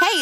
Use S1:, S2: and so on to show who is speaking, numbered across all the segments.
S1: Hey,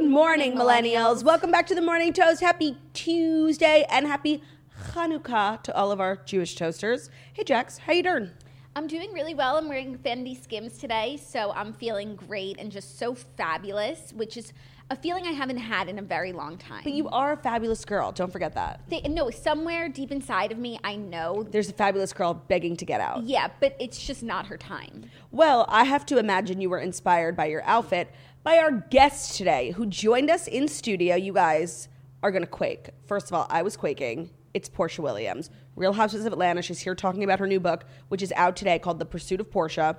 S2: Good morning, millennials. Welcome back to the Morning Toast. Happy Tuesday and happy Hanukkah to all of our Jewish toasters. Hey, Jax, how you doing?
S3: I'm doing really well. I'm wearing Fendi Skims today, so I'm feeling great and just so fabulous, which is a feeling I haven't had in a very long time.
S2: But you are a fabulous girl. Don't forget that.
S3: They- no, somewhere deep inside of me, I know.
S2: There's a fabulous girl begging to get out.
S3: Yeah, but it's just not her time.
S2: Well, I have to imagine you were inspired by your outfit by our guest today who joined us in studio. You guys are going to quake. First of all, I was quaking. It's Portia Williams, Real Houses of Atlanta. She's here talking about her new book, which is out today called The Pursuit of Portia.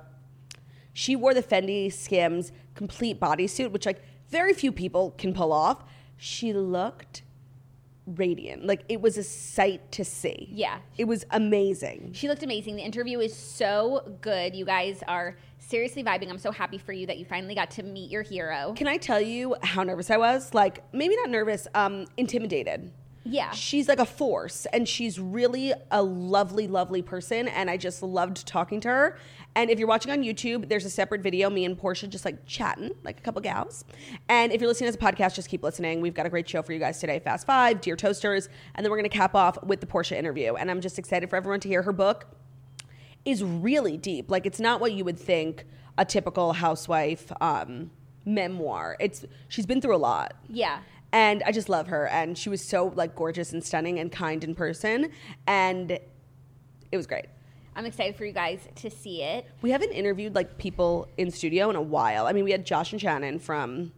S2: She wore the Fendi Skims complete bodysuit, which like very few people can pull off. She looked radiant. Like it was a sight to see.
S3: Yeah.
S2: It was amazing.
S3: She looked amazing. The interview is so good. You guys are seriously vibing. I'm so happy for you that you finally got to meet your hero.
S2: Can I tell you how nervous I was? Like, maybe not nervous, um, intimidated.
S3: Yeah.
S2: She's like a force and she's really a lovely, lovely person. And I just loved talking to her. And if you're watching on YouTube, there's a separate video, me and Portia just like chatting, like a couple gals. And if you're listening as a podcast, just keep listening. We've got a great show for you guys today Fast Five, Dear Toasters. And then we're going to cap off with the Portia interview. And I'm just excited for everyone to hear her book is really deep. Like it's not what you would think a typical housewife um, memoir. It's she's been through a lot.
S3: Yeah.
S2: And I just love her and she was so like gorgeous and stunning and kind in person and it was great.
S3: I'm excited for you guys to see it.
S2: We haven't interviewed like people in studio in a while. I mean, we had Josh and Shannon from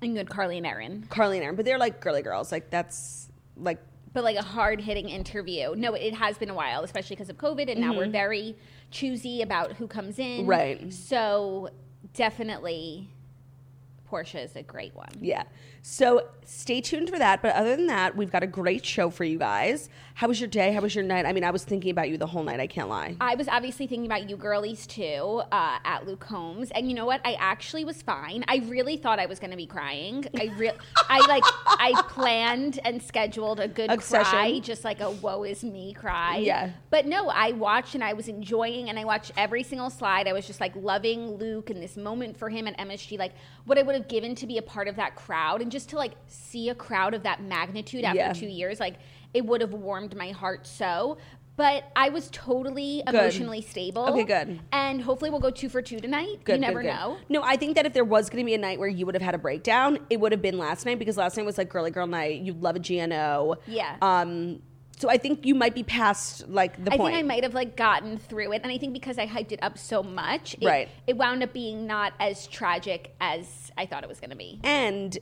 S3: And good Carly and Erin.
S2: Carly and Aaron, but they're like girly girls. Like that's like
S3: But like a hard hitting interview. No, it has been a while, especially because of COVID, and now we're very choosy about who comes in.
S2: Right.
S3: So definitely, Portia is a great one.
S2: yeah. So stay tuned for that. But other than that, we've got a great show for you guys. How was your day? How was your night? I mean, I was thinking about you the whole night. I can't lie.
S3: I was obviously thinking about you girlies too uh, at Luke Combs, and you know what? I actually was fine. I really thought I was going to be crying. I real, I like, I planned and scheduled a good
S2: Obsession.
S3: cry, just like a "woe is me" cry.
S2: Yeah.
S3: But no, I watched and I was enjoying, and I watched every single slide. I was just like loving Luke and this moment for him at MSG. Like what I would have given to be a part of that crowd, and just to like see a crowd of that magnitude after
S2: Yeah.
S3: two years, like it would have warmed my heart so. But I was totally
S2: Good.
S3: emotionally stable.
S2: Okay, good.
S3: And hopefully we'll go two for two tonight.
S2: Good,
S3: you
S2: good,
S3: never
S2: good.
S3: know.
S2: No, I think that if there was going to be a night where you would have had a breakdown, it would have been last night because last night was like girly girl night. You love a GNO.
S3: Yeah.
S2: Um. So I think you might be past like the
S3: I
S2: point.
S3: think I might have like gotten through it, and I think because I hyped it up so much, it,
S2: Right.
S3: it wound up being not as tragic as I thought it was going to be.
S2: And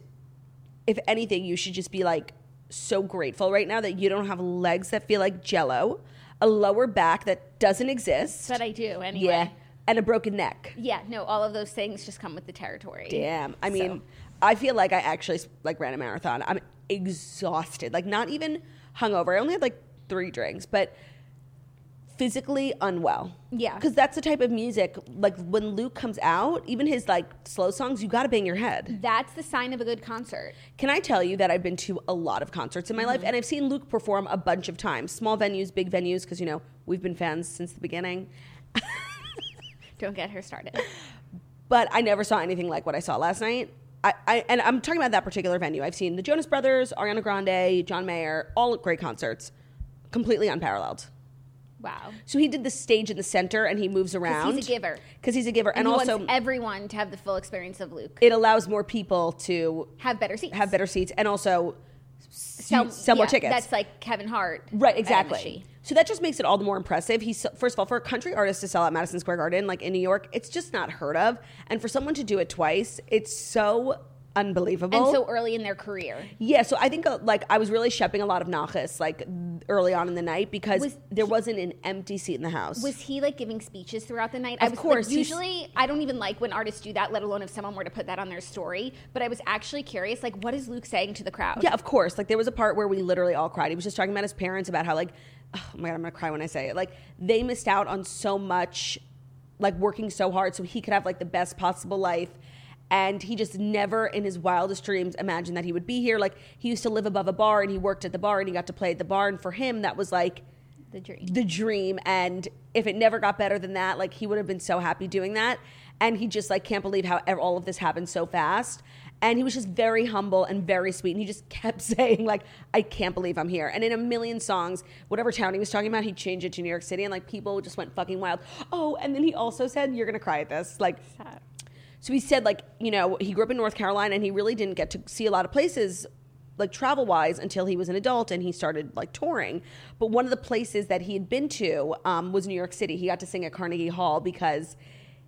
S2: if anything, you should just be like so grateful right now that you don't have legs that feel like Jello, a lower back that doesn't exist.
S3: But I do anyway.
S2: yeah. And a broken neck.
S3: Yeah, no, all of those things just come with the territory.
S2: Damn. I mean,
S3: So-
S2: I feel like I actually like ran a marathon. I'm exhausted. Like not even hungover. I only had like three drinks, but physically unwell.
S3: Yeah.
S2: Because that's the type of music. Like when Luke comes out, even his like slow songs, you got to bang your head.
S3: That's the sign of a good concert.
S2: Can I tell you that I've been to a lot of concerts in my
S3: Mm-hmm.
S2: life, and I've seen Luke perform a bunch of times, small venues, big venues, because you know we've been fans since the beginning.
S3: Don't get her started.
S2: but I never saw anything like what I saw last night. I, I and I'm talking about that particular venue. I've seen the Jonas Brothers, Ariana Grande, John Mayer, all great concerts, completely unparalleled.
S3: Wow.
S2: So he did the stage in the center and he moves around.
S3: a giver.
S2: Because he's a giver. And,
S3: he
S2: also,
S3: wants everyone to have the full experience of Luke.
S2: it allows more people to
S3: have better seats.
S2: have better seats and also
S3: sell,
S2: sell more
S3: yeah,
S2: tickets.
S3: That's like Kevin Hart.
S2: Right,
S3: at
S2: exactly.
S3: MSG.
S2: So that just makes it all the more impressive. He's first of all for a country artist to sell at Madison Square Garden, like in New York, it's just not heard of. And for someone to do it twice, it's so unbelievable.
S3: And so early in their career.
S2: yeah, so I think uh, like I was really shepping a lot of Nachas like early on in the night because
S3: Was
S2: there wasn't an empty seat in the house.
S3: Was he like giving speeches throughout the night? I
S2: Of
S3: was, like,
S2: course, he's-
S3: usually, I don't even like when artists do that, let alone if someone were to put that on their story. But I was actually curious, like, what is Luke saying to the crowd?
S2: Yeah, of course. Like there was a part where we literally all cried. He was just talking about his parents, about how like, oh my god, I'm gonna cry when I say it. Like they missed out on so much, like working so hard so he could have like the best possible life. And he just never in his wildest dreams imagined that he would be here. Like he used to live above a bar and he worked at the bar and he got to play at the bar. And for him, that was like
S3: The dream.
S2: the dream. And if it never got better than that, like he would have been so happy doing that. And he just like can't believe how ev- all of this happened so fast. And he was just very humble and very sweet. And he just kept saying like, "I can't believe I'm here." And in a million songs, whatever town he was talking about, he changed it to New York City, and like people just went fucking wild. Oh, and then he also said, "You're gonna cry at this." Like, so he said, like, you know, he grew up in North Carolina and he really didn't get to see a lot of places, like travel wise, until he was an adult and he started like touring. But one of the places that he had been to um, was New York City. He got to sing at Carnegie Hall because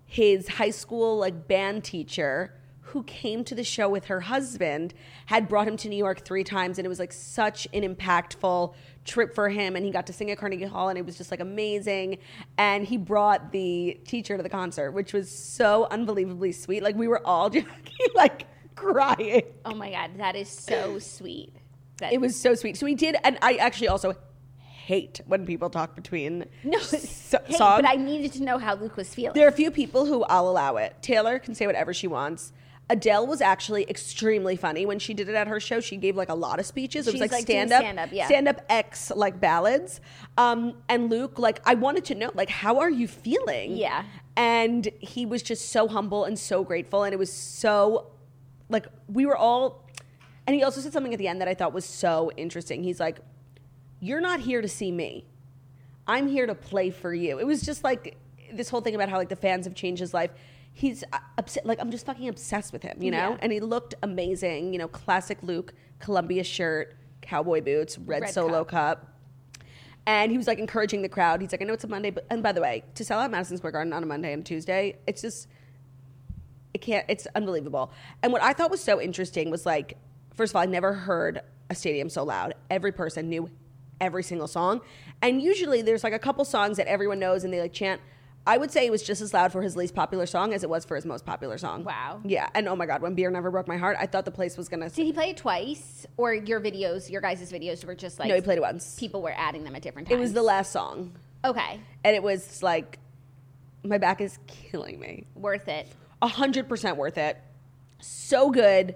S2: his high school like band teacher who came to the show with her husband had brought him to New York three times and it was like such an impactful trip for him and he got to sing at Carnegie Hall and it was just like amazing and he brought the teacher to the concert which was so unbelievably sweet like we were all just like crying
S3: Oh my God, that is so sweet. That
S2: it was so sweet so he did and I actually also hate when people talk between
S3: no
S2: so-
S3: hey,
S2: songs
S3: but I needed to know how Luke was feeling.
S2: There are a few people who I'll allow it. Taylor can say whatever she wants. Adele was actually extremely funny when she did it at her show. She gave like a lot of speeches. It was
S3: She's,
S2: like,
S3: like, doing
S2: stand up,
S3: stand-up, yeah.
S2: stand up X like ballads. Um, and Luke, like I wanted to know, like how are you feeling?
S3: Yeah.
S2: And he was just so humble and so grateful, and it was so like we were all. And he also said something at the end that I thought was so interesting. He's like, "You're not here to see me. I'm here to play for you. It was just like this whole thing about how like the fans have changed his life. He's uh, upset. Like I'm just fucking obsessed with him, you know.
S3: Yeah.
S2: And he looked amazing. You know, classic Luke, Columbia shirt, cowboy boots, red,
S3: Red
S2: solo cup. And he was like encouraging the crowd. He's like, I know it's a Monday, but and by the way, to sell out Madison Square Garden on a Monday and Tuesday, it's just it can't it's unbelievable and what i thought was so interesting was like first of all i never heard a stadium so loud every person knew every single song and usually there's like a couple songs that everyone knows and they like chant i would say it was just as loud for his least popular song as it was for his most popular song
S3: Wow.
S2: yeah and oh my god when beer never broke my heart i thought the place was gonna
S3: Did he play it twice, or your videos, your guys' videos were just like
S2: no he played it once
S3: people were adding them at different
S2: it
S3: times?
S2: was the last song
S3: okay,
S2: and it was like my back is killing me
S3: worth it.
S2: A 100% worth it. So good.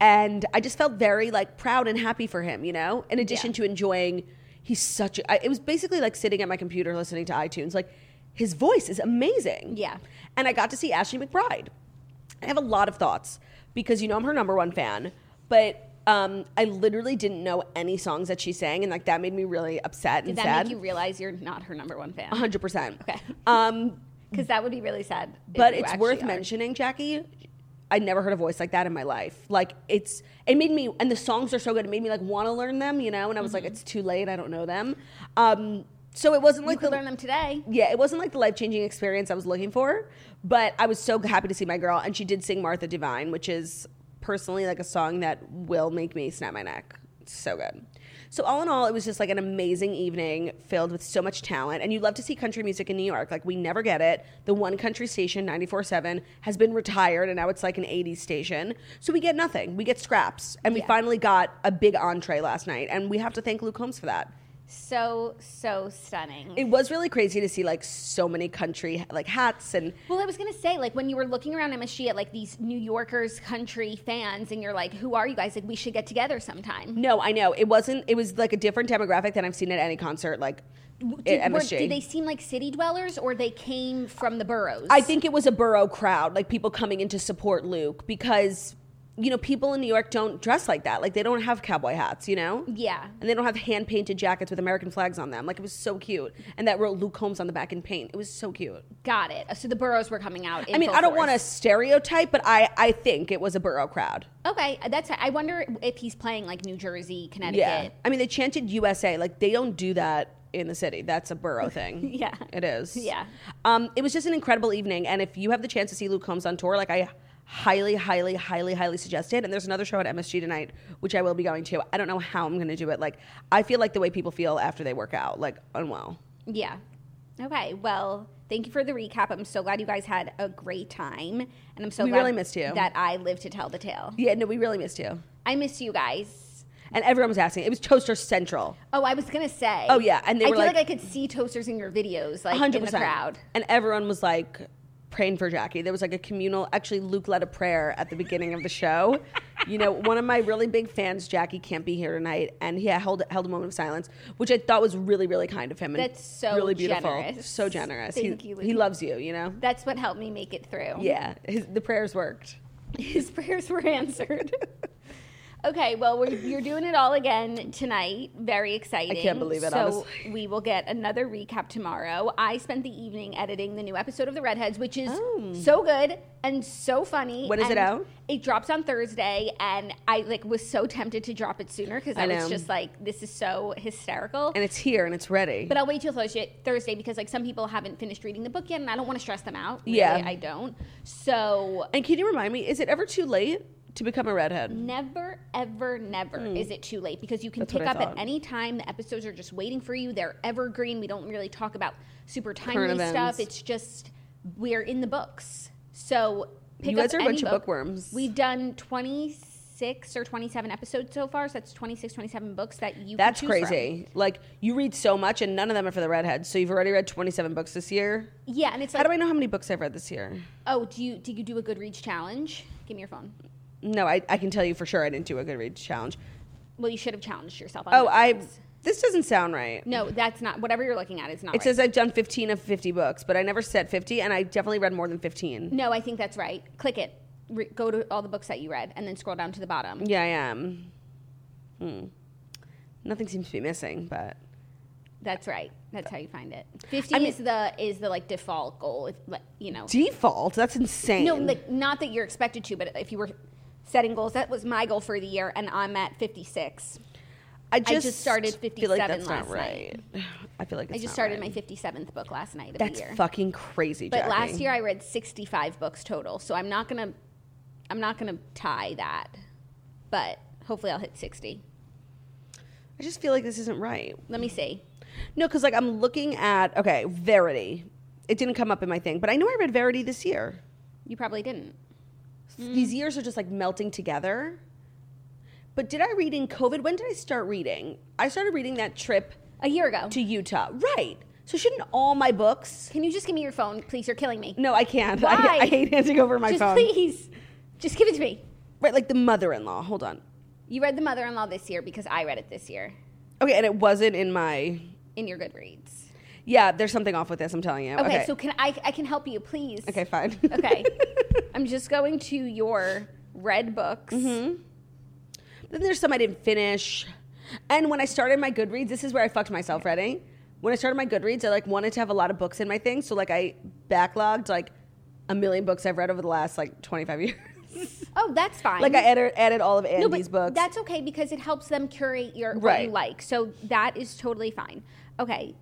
S2: And I just felt very like proud and happy for him, you know? In addition
S3: Yeah.
S2: to enjoying, he's such a, I, it was basically like sitting at my computer listening to iTunes. Like his voice is amazing.
S3: Yeah.
S2: And I got to see Ashley McBride. I have a lot of thoughts because you know I'm her number one fan, but um, I literally didn't know any songs that she sang, and like that made me really upset
S3: Did
S2: and
S3: that
S2: sad.
S3: make you realize you're not her number one fan?
S2: 100%.
S3: Okay,
S2: Um,
S3: because that would be really sad. if
S2: but
S3: you
S2: it's
S3: actually
S2: worth
S3: are.
S2: mentioning, Jackie. I never heard a voice like that in my life. Like it's, it made me, and the songs are so good. It made me like want to learn them, you know. And I was like,
S3: Mm-hmm.
S2: it's too late. I don't know them. Um, so it wasn't
S3: You
S2: like
S3: could
S2: the
S3: learn them today.
S2: yeah, it wasn't like the life changing experience I was looking for, but I was so happy to see my girl, and she did sing Martha Divine, which is personally like a song that will make me snap my neck. It's so good. So all in all, it was just like an amazing evening filled with so much talent, and you love to see country music in New York. Like we never get it. The one country station, ninety four seven, has been retired, and now it's like an '80s station. So we get nothing. We get scraps, and we finally got a big entree last night, and we have to thank Luke Holmes for that
S3: So so stunning.
S2: it was really crazy to see like so many country like hats and
S3: Well, I was gonna say, like, when you were looking around MSG at like these New Yorkers, country fans, and you're like, "Who are you guys? Like, we should get together sometime."
S2: no i know it wasn't it was like a different demographic than i've seen at any concert like at
S3: were-
S2: msg
S3: did they seem like city dwellers, or they came from the boroughs?
S2: i think it was a borough crowd like people coming in to support luke because you know, people in New York don't dress like that. Like they don't have cowboy hats, you know?
S3: Yeah.
S2: And they don't have hand painted jackets with American flags on them. Like it was so cute. And that wrote Luke Holmes on the back in paint. It was so cute.
S3: Got it. So the boroughs were coming out. in
S2: I mean,
S3: full
S2: I don't
S3: force.
S2: want to stereotype, but I, I think it was a borough crowd.
S3: Okay, that's. I wonder if he's playing like New Jersey, Connecticut.
S2: Yeah. I mean, they chanted USA. Like, they don't do that in the city. That's a borough thing.
S3: Yeah.
S2: It is.
S3: Yeah.
S2: Um, it was just an incredible evening. And if you have the chance to see Luke Combs on tour, like, I highly, highly, highly, highly suggest it. And there's another show at MSG tonight, which I will be going to. I don't know how I'm going to do it. Like, I feel like the way people feel after they work out, like, unwell.
S3: Yeah. Okay. Well, thank you for the recap. I'm so glad you guys had a great time, and I'm so
S2: We
S3: glad
S2: really missed you.
S3: that I live to tell the tale.
S2: Yeah, no, we really missed you.
S3: I miss you guys.
S2: And everyone was asking. It was Toaster Central.
S3: Oh, I was gonna say.
S2: Oh, yeah, and they
S3: I
S2: were
S3: feel like,
S2: like-
S3: I could see toasters in your videos, like
S2: hundred
S3: in the
S2: percent
S3: crowd.
S2: And everyone was like praying for Jackie. There was like a communal. Actually, Luke led a prayer at the beginning of the show. You know, one of my really big fans, Jackie, can't be here tonight, and he held held a moment of silence, which I thought was really, really kind of him. And
S3: That's so
S2: really beautiful,
S3: generous.
S2: so generous.
S3: Thank
S2: he,
S3: you,
S2: He
S3: Luke.
S2: loves you. You know.
S3: That's what helped me make it through.
S2: Yeah, his, the prayers worked.
S3: His prayers were answered. okay, well, we're, you're doing it all again tonight. Very exciting.
S2: believe it,
S3: So
S2: honestly.
S3: we will get another recap tomorrow. I spent the evening editing the new episode of The Redheads, which is so good and so funny.
S2: When Oh. is it
S3: and
S2: out?
S3: It drops on Thursday, and I like was so tempted to drop it sooner because I,
S2: I
S3: was
S2: know.
S3: just like, this is so hysterical.
S2: And it's here and it's ready.
S3: But I'll wait till Thursday, Thursday because like some people haven't finished reading the book yet, and I don't want to stress them out. Really,
S2: Yeah.
S3: I don't. So
S2: and can you remind me? Is it ever too late to become a redhead?
S3: never, ever, never is it too late because you can
S2: Hmm. That's what
S3: pick
S2: I
S3: up at
S2: thought.
S3: any time. The episodes are just waiting for you. They're evergreen. We don't really talk about super timely
S2: Current
S3: stuff.
S2: events.
S3: It's just we're in the books. So pick
S2: You guys
S3: up
S2: are a
S3: any
S2: bunch of
S3: book.
S2: bookworms.
S3: We've done twenty six or 27 episodes so far so that's 26 27 books that you can
S2: That's
S3: choose from.
S2: crazy. Like you read so much, and none of them are for the redheads. So you've already read twenty-seven books this year.
S3: yeah and it's
S2: How
S3: like
S2: do I know how many books I've read this year?
S3: oh do you do you do a goodreads challenge give me your phone
S2: No, I, I can tell you for sure I didn't do a Goodreads challenge.
S3: Well, you should have challenged yourself. On
S2: Oh,
S3: those
S2: I.
S3: things.
S2: This doesn't sound right.
S3: No, that's not. Whatever you're looking at is not.
S2: It
S3: right.
S2: says I've done 15 of 50 books, but I never said 50, and I definitely read more than 15.
S3: no. I think that's right. Click it. Re- go to all the books that you read, and then scroll down to the bottom.
S2: Yeah, I am. Hmm. Nothing seems to be missing, but
S3: That's right. That's how you find it. Fifty is the is the like default goal. If like, you know,
S2: default. That's insane.
S3: no, like not that you're expected to, but if you were setting goals, that was my goal for the year, and I'm at fifty six.
S2: just,
S3: just started
S2: feel like
S3: 57
S2: that's not
S3: last night.
S2: right. I feel like it's
S3: I just
S2: not
S3: started
S2: right.
S3: my fifty seventh book last night of
S2: That's
S3: the year.
S2: fucking crazy.
S3: but
S2: Jackie.
S3: last year I read sixty five books total, so I'm not gonna I'm not gonna tie that, but hopefully I'll hit sixty.
S2: I just feel like this isn't right.
S3: Let me see.
S2: No, because like I'm looking at okay, Verity. It didn't come up in my thing, but I know I read Verity this year.
S3: You probably didn't. Mm.
S2: These years are just like melting together. But did I read in COVID? When did I start reading? I started reading that trip
S3: A year ago.
S2: to Utah. Right. So shouldn't all my books?
S3: Can you just give me your phone, please? You're killing me.
S2: No, I can't.
S3: Why?
S2: I, I hate handing over my
S3: just
S2: phone.
S3: please. Just give it to me.
S2: Right, like the mother-in-law. Hold on.
S3: You read The Mother in Law this year because I read it this year
S2: Okay, and it wasn't in my.
S3: in your Goodreads.
S2: Yeah, there's something off with this. I'm telling you.
S3: Okay, so can I I can help you, please.
S2: okay, fine.
S3: Okay. I'm just going to your red books.
S2: Mm-hmm. Then there's some I didn't finish. And when I started my Goodreads, this is where I fucked myself, ready? When I started my Goodreads, I like wanted to have a lot of books in my thing, so like I backlogged like a million books I've read over the last like 25 years.
S3: Oh, that's fine.
S2: like I added, added all of
S3: No, but
S2: Andy's books.
S3: That's okay because it helps them curate your what you
S2: Right.
S3: like. So that is totally fine. Okay.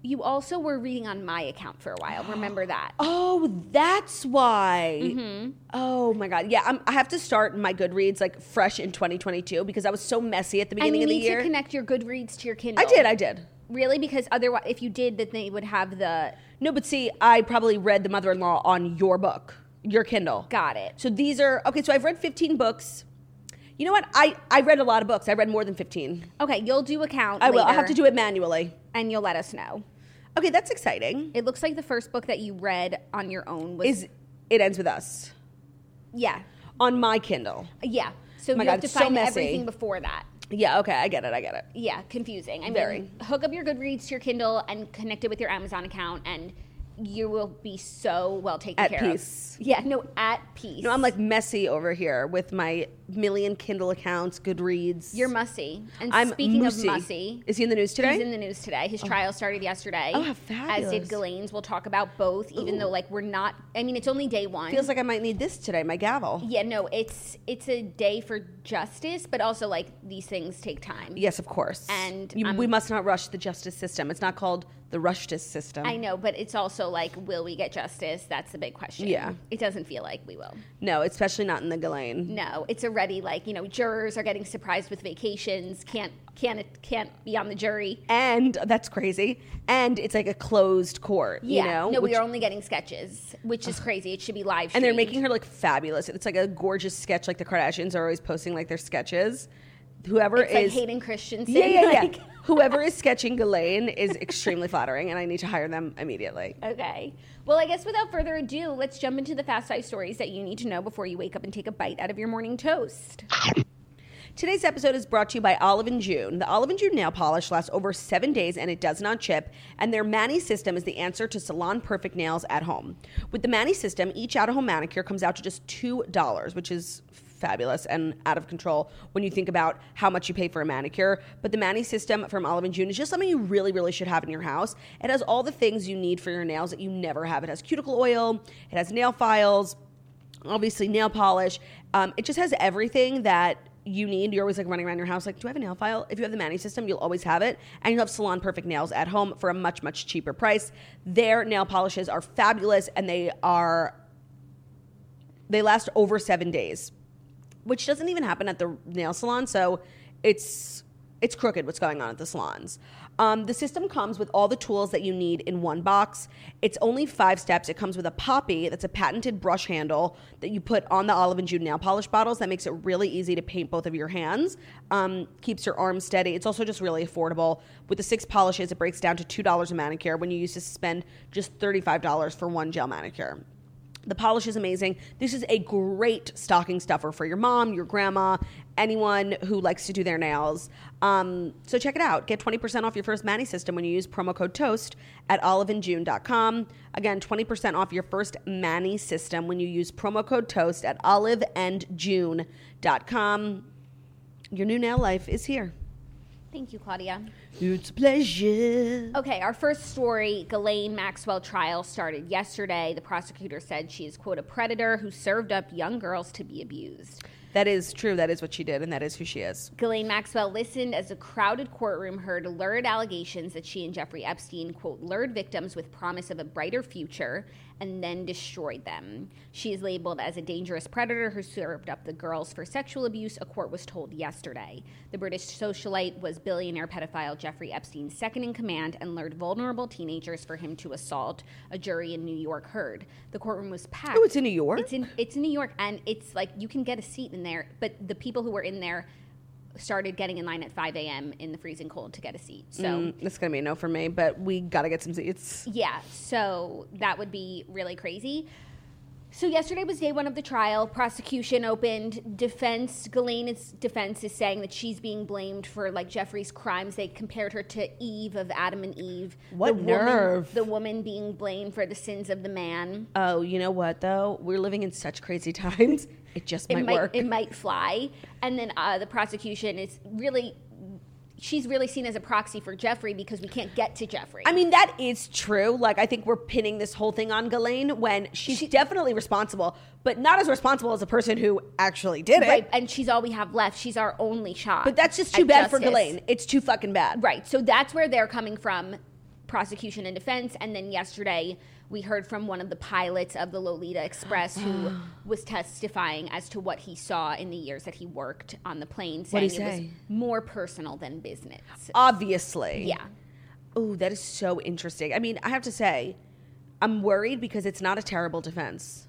S3: You also were reading on my account for a while. Remember that.
S2: oh, that's why.
S3: Mm-hmm.
S2: Oh my god, yeah. I'm, I have to start my Goodreads like fresh in 2022 because I was so messy at the
S3: and
S2: beginning
S3: you
S2: of the
S3: need
S2: year.
S3: to connect your Goodreads to your Kindle.
S2: I did, I did.
S3: Really? Because otherwise, if you did, then they would have the
S2: No, but see, I probably read The Mother-in-Law on your book, your Kindle.
S3: got it.
S2: So these are okay. So I've read 15 books. You know what? I I read a lot of books. I read more than 15.
S3: Okay, you'll do a count.
S2: I will. I'll have to do it manually.
S3: and you'll let us know.
S2: Okay, that's exciting.
S3: It looks like the first book that you read on your own was
S2: Is it ends with us
S3: yeah,
S2: on my Kindle?
S3: yeah. So
S2: Oh My
S3: you
S2: God,
S3: have to
S2: it's so
S3: find
S2: messy.
S3: everything before that.
S2: Yeah. Okay, I get it. I get it.
S3: Yeah, confusing. I mean,
S2: Very.
S3: hook up your Goodreads to your Kindle and connect it with your Amazon account, and you will be so well taken
S2: At
S3: care
S2: peace.
S3: of. Yeah, no, at peace.
S2: No, I'm like messy over here with my million Kindle accounts, Goodreads.
S3: you're mussy. And
S2: I'm
S3: speaking
S2: Moosey.
S3: of mussy,
S2: Is he in the news today?
S3: He's in the news today. His trial started yesterday.
S2: Oh, how
S3: As
S2: fabulous.
S3: did Ghislaine's. We'll talk about both, even though like we're not. I mean, it's only day one.
S2: Feels like I might need this today, my gavel.
S3: yeah, no, it's it's a day for justice, but also like these things take time.
S2: Yes, of course.
S3: And,
S2: You-
S3: um,
S2: we must not rush the justice system. It's not called the rushtice system.
S3: I know, but it's also like, will we get justice? That's the big question.
S2: Yeah.
S3: It doesn't feel like we will.
S2: No, especially not in the Ghislaine.
S3: No, it's already like you know jurors are getting surprised with vacations. Can't can't can't be on the jury.
S2: And that's crazy. And it's like a closed court,
S3: Yeah,
S2: you know?
S3: no,
S2: which-
S3: we are only getting sketches, which is crazy. It should be live.
S2: and they're
S3: streamed.
S2: making her look fabulous. It's like a gorgeous sketch, like the Kardashians are always posting like their sketches. Whoever
S3: It's like
S2: is
S3: Hayden Christensen.
S2: yeah, yeah, yeah.
S3: like-
S2: Whoever is sketching Ghislaine is extremely flattering, and I need to hire them immediately.
S3: Okay. Well, I guess without further ado, let's jump into the fast five stories that you need to know before you wake up and take a bite out of your morning toast.
S2: Today's episode is brought to you by Olive and June. The Olive and June nail polish lasts over seven days and it does not chip, and their Manny system is the answer to salon perfect nails at home. With the Manny system, each out of home manicure comes out to just $2, which is fabulous and out of control when you think about how much you pay for a manicure. But the Manny system from Olive and June is just something you really, really should have in your house. It has all the things you need for your nails that you never have. It has cuticle oil, it has nail files obviously nail polish. Um, it just has everything that you need. You're always like running around your house, like, do I have a nail file? If you have the Manny system, you'll always have it, and you'll have salon perfect nails at home for a much, much cheaper price. Their nail polishes are fabulous, and they are they last over seven days, which doesn't even happen at the nail salon. So it's it's crooked what's going on at the salons. Um, the system comes with all the tools that you need in one box. It's only five steps. It comes with a poppy that's a patented brush handle that you put on the Olive and June nail polish bottles. That makes it really easy to paint both of your hands. Um, keeps your arm steady. It's also just really affordable. With the six polishes, it breaks down to $2 a manicure when you used to spend just $35 for one gel manicure. The polish is amazing. This is a great stocking stuffer for your mom, your grandma, anyone who likes to do their nails. Um, so check it out. Get 20% off your first Manny system when you use promo code TOAST at oliveandjune.com. Again, 20% off your first Manny system when you use promo code TOAST at oliveandjune.com. Your new nail life is here.
S3: Thank you, Claudia.
S2: It's a pleasure.
S3: Okay, our first story Ghislaine Maxwell trial started yesterday. The prosecutor said she is, quote, a predator who served up young girls to be abused.
S2: That is true. That is what she did, and that is who she is.
S3: Ghislaine Maxwell listened as a crowded courtroom heard lurid allegations that she and Jeffrey Epstein, quote, lured victims with promise of a brighter future and then destroyed them. She is labeled as a dangerous predator who served up the girls for sexual abuse, a court was told yesterday. The British socialite was billionaire pedophile Jeffrey Epstein's second in command and lured vulnerable teenagers for him to assault, a jury in New York heard. The courtroom was packed.
S2: Oh, it's in New York?
S3: It's in it's in New York and it's like you can get a seat in there, but the people who were in there started getting in line at 5 a.m. in the freezing cold to get a seat. So
S2: That's going to be a no for me, but we got to get some seats.
S3: yeah, so that would be really crazy. So yesterday was day one of the trial. Prosecution opened. Defense Ghislaine's defense is saying that she's being blamed for like Jeffrey's crimes. They compared her to Eve of Adam and Eve.
S2: What
S3: the Woman,
S2: nerve.
S3: the woman being blamed for the sins of the man.
S2: Oh, you know what though? We're living in such crazy times. It just might,
S3: it might
S2: work.
S3: it might fly and then uh, the prosecution is really she's really seen as a proxy for jeffrey because we can't get to jeffrey
S2: I mean, that is true. Like, I think we're pinning this whole thing on Ghislaine when she's definitely responsible, but not as responsible as the person who actually did it.
S3: right and she's all we have left she's our only shot
S2: But that's just too
S3: at
S2: bad for
S3: justice.
S2: Ghislaine. It's too fucking bad.
S3: right so that's where they're coming from prosecution and defense and then yesterday we heard from one of the pilots of the lolita express who was testifying as to what he saw in the years that he worked on the plane saying
S2: What'd he
S3: it was
S2: say?
S3: more personal than business
S2: Obviously.
S3: yeah
S2: Oh, that is so interesting. I mean, I have to say, I'm worried because it's not a terrible defense.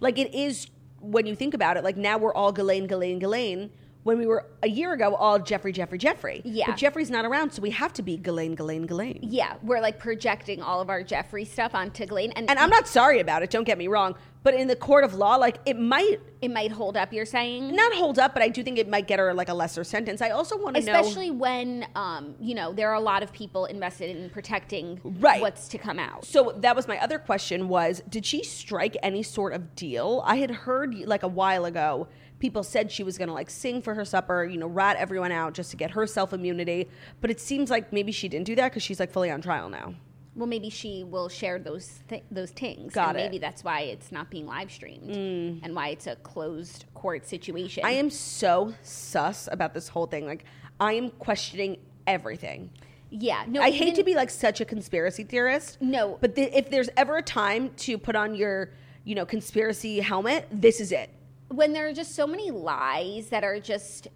S2: Like it is when you think about it. Like now we're all Ghislaine, Ghislaine, Ghislaine. When we were a year ago, all Jeffrey, Jeffrey, Jeffrey.
S3: Yeah.
S2: But Jeffrey's not around, so we have to be Ghislaine, Ghislaine, Ghislaine.
S3: yeah, we're like projecting all of our Jeffrey stuff onto Glenn, and,
S2: And I'm not sorry about it. Don't get me wrong. But in the court of law, like it might
S3: It might hold up. You're saying
S2: not hold up, but I do think it might get her like a lesser sentence. I also want to know,
S3: especially when um, you know there are a lot of people invested in protecting
S2: Right.
S3: what's to come out.
S2: So that was my other question was did she strike any sort of deal? I had heard like a while ago people said she was going to like sing for her supper, you know, rat everyone out just to get herself immunity, but it seems like maybe she didn't do that cuz she's like fully on trial now.
S3: Well, maybe she will share those th- those things.
S2: Got
S3: and
S2: it. Mm.
S3: Maybe that's why it's not being live streamed and why it's a closed court situation.
S2: I am so sus about this whole thing. Like I am questioning everything.
S3: yeah. No,
S2: I hate
S3: even-
S2: to be like such a conspiracy theorist.
S3: No.
S2: But the, if there's ever a time to put on your, you know, conspiracy helmet, this is it.
S3: when there are just so many lies that are just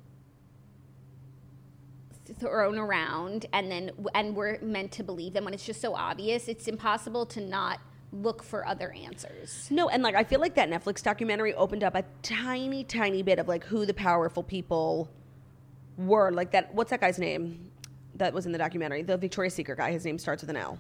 S3: thrown around and then and we're meant to believe them when it's just so obvious it's impossible to not look for other answers
S2: No, and like I feel like that Netflix documentary opened up a tiny, tiny bit of like who the powerful people were. Like that, what's that guy's name? That was in the documentary. The Victoria's Secret guy. His name starts with an L.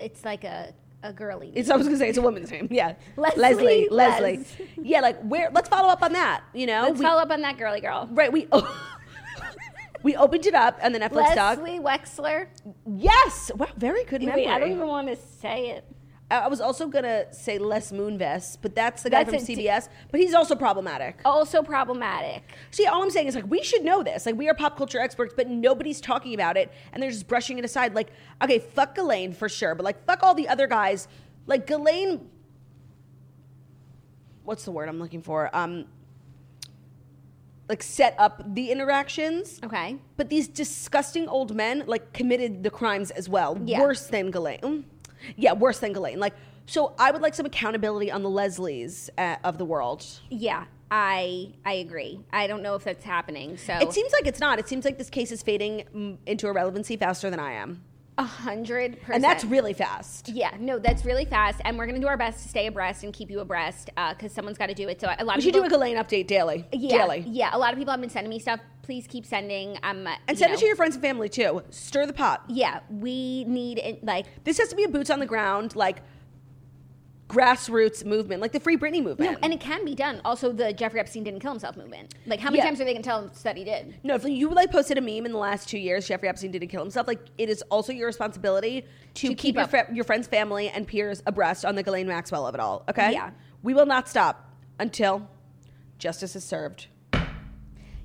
S3: it's like a a girly
S2: It's I was gonna say it's a woman's name. Yeah,
S3: Leslie
S2: Leslie.
S3: Les.
S2: Leslie. Yeah, like where? Let's follow up on that. You know,
S3: let's
S2: we,
S3: follow up on that girly girl
S2: right? We oh, we opened it up, and the Netflix doc.
S3: leslie wexler
S2: Yes. Wow. Very good memory.
S3: Wait, i don't even want to say it
S2: I I was also gonna say Les Moonves, but that's the guy
S3: That's
S2: from
S3: a d-
S2: CBS. but he's also problematic.
S3: also problematic
S2: See, all I'm saying is like we should know this. Like we are pop culture experts, but nobody's talking about it, and they're just brushing it aside. Like, okay, fuck Ghislaine for sure, but like fuck all the other guys. Like Ghislaine, what's the word I'm looking for? Um, like set up the interactions.
S3: okay
S2: But these disgusting old men like committed the crimes as well,
S3: Yeah.
S2: worse than Ghislaine. Mm. Yeah, worse than Ghislaine. Like, so I would like some accountability on the Leslies uh, of the world.
S3: yeah i i agree i don't know if that's happening so
S2: It seems like it's not. It seems like this case is fading mm, into irrelevancy faster than I am.
S3: a hundred percent
S2: And that's really fast.
S3: Yeah, no, that's really fast, and we're gonna do our best to stay abreast and keep you abreast because someone's got to do it. So a lot
S2: We
S3: of
S2: should
S3: people,
S2: do a Ghislaine update daily.
S3: yeah,
S2: Daily.
S3: yeah. A lot of people have been sending me stuff. Please keep sending. Um,
S2: And send it to your friends and family too. Stir the pot.
S3: Yeah, we need it, like
S2: This has to be a boots on the ground, like grassroots movement, like the Free Britney movement.
S3: no, and it can be done. Also, the Jeffrey Epstein didn't kill himself movement. Like, how many
S2: Yeah.
S3: times are they gonna tell us that he did?
S2: No, if you like posted a meme in the last two years, Jeffrey Epstein didn't kill himself. Like it is also your responsibility to, keep,
S3: keep
S2: your,
S3: up.
S2: fri- your friends, family, and peers abreast on the Ghislaine Maxwell of it all. Okay.
S3: Yeah.
S2: We will not stop until justice is served.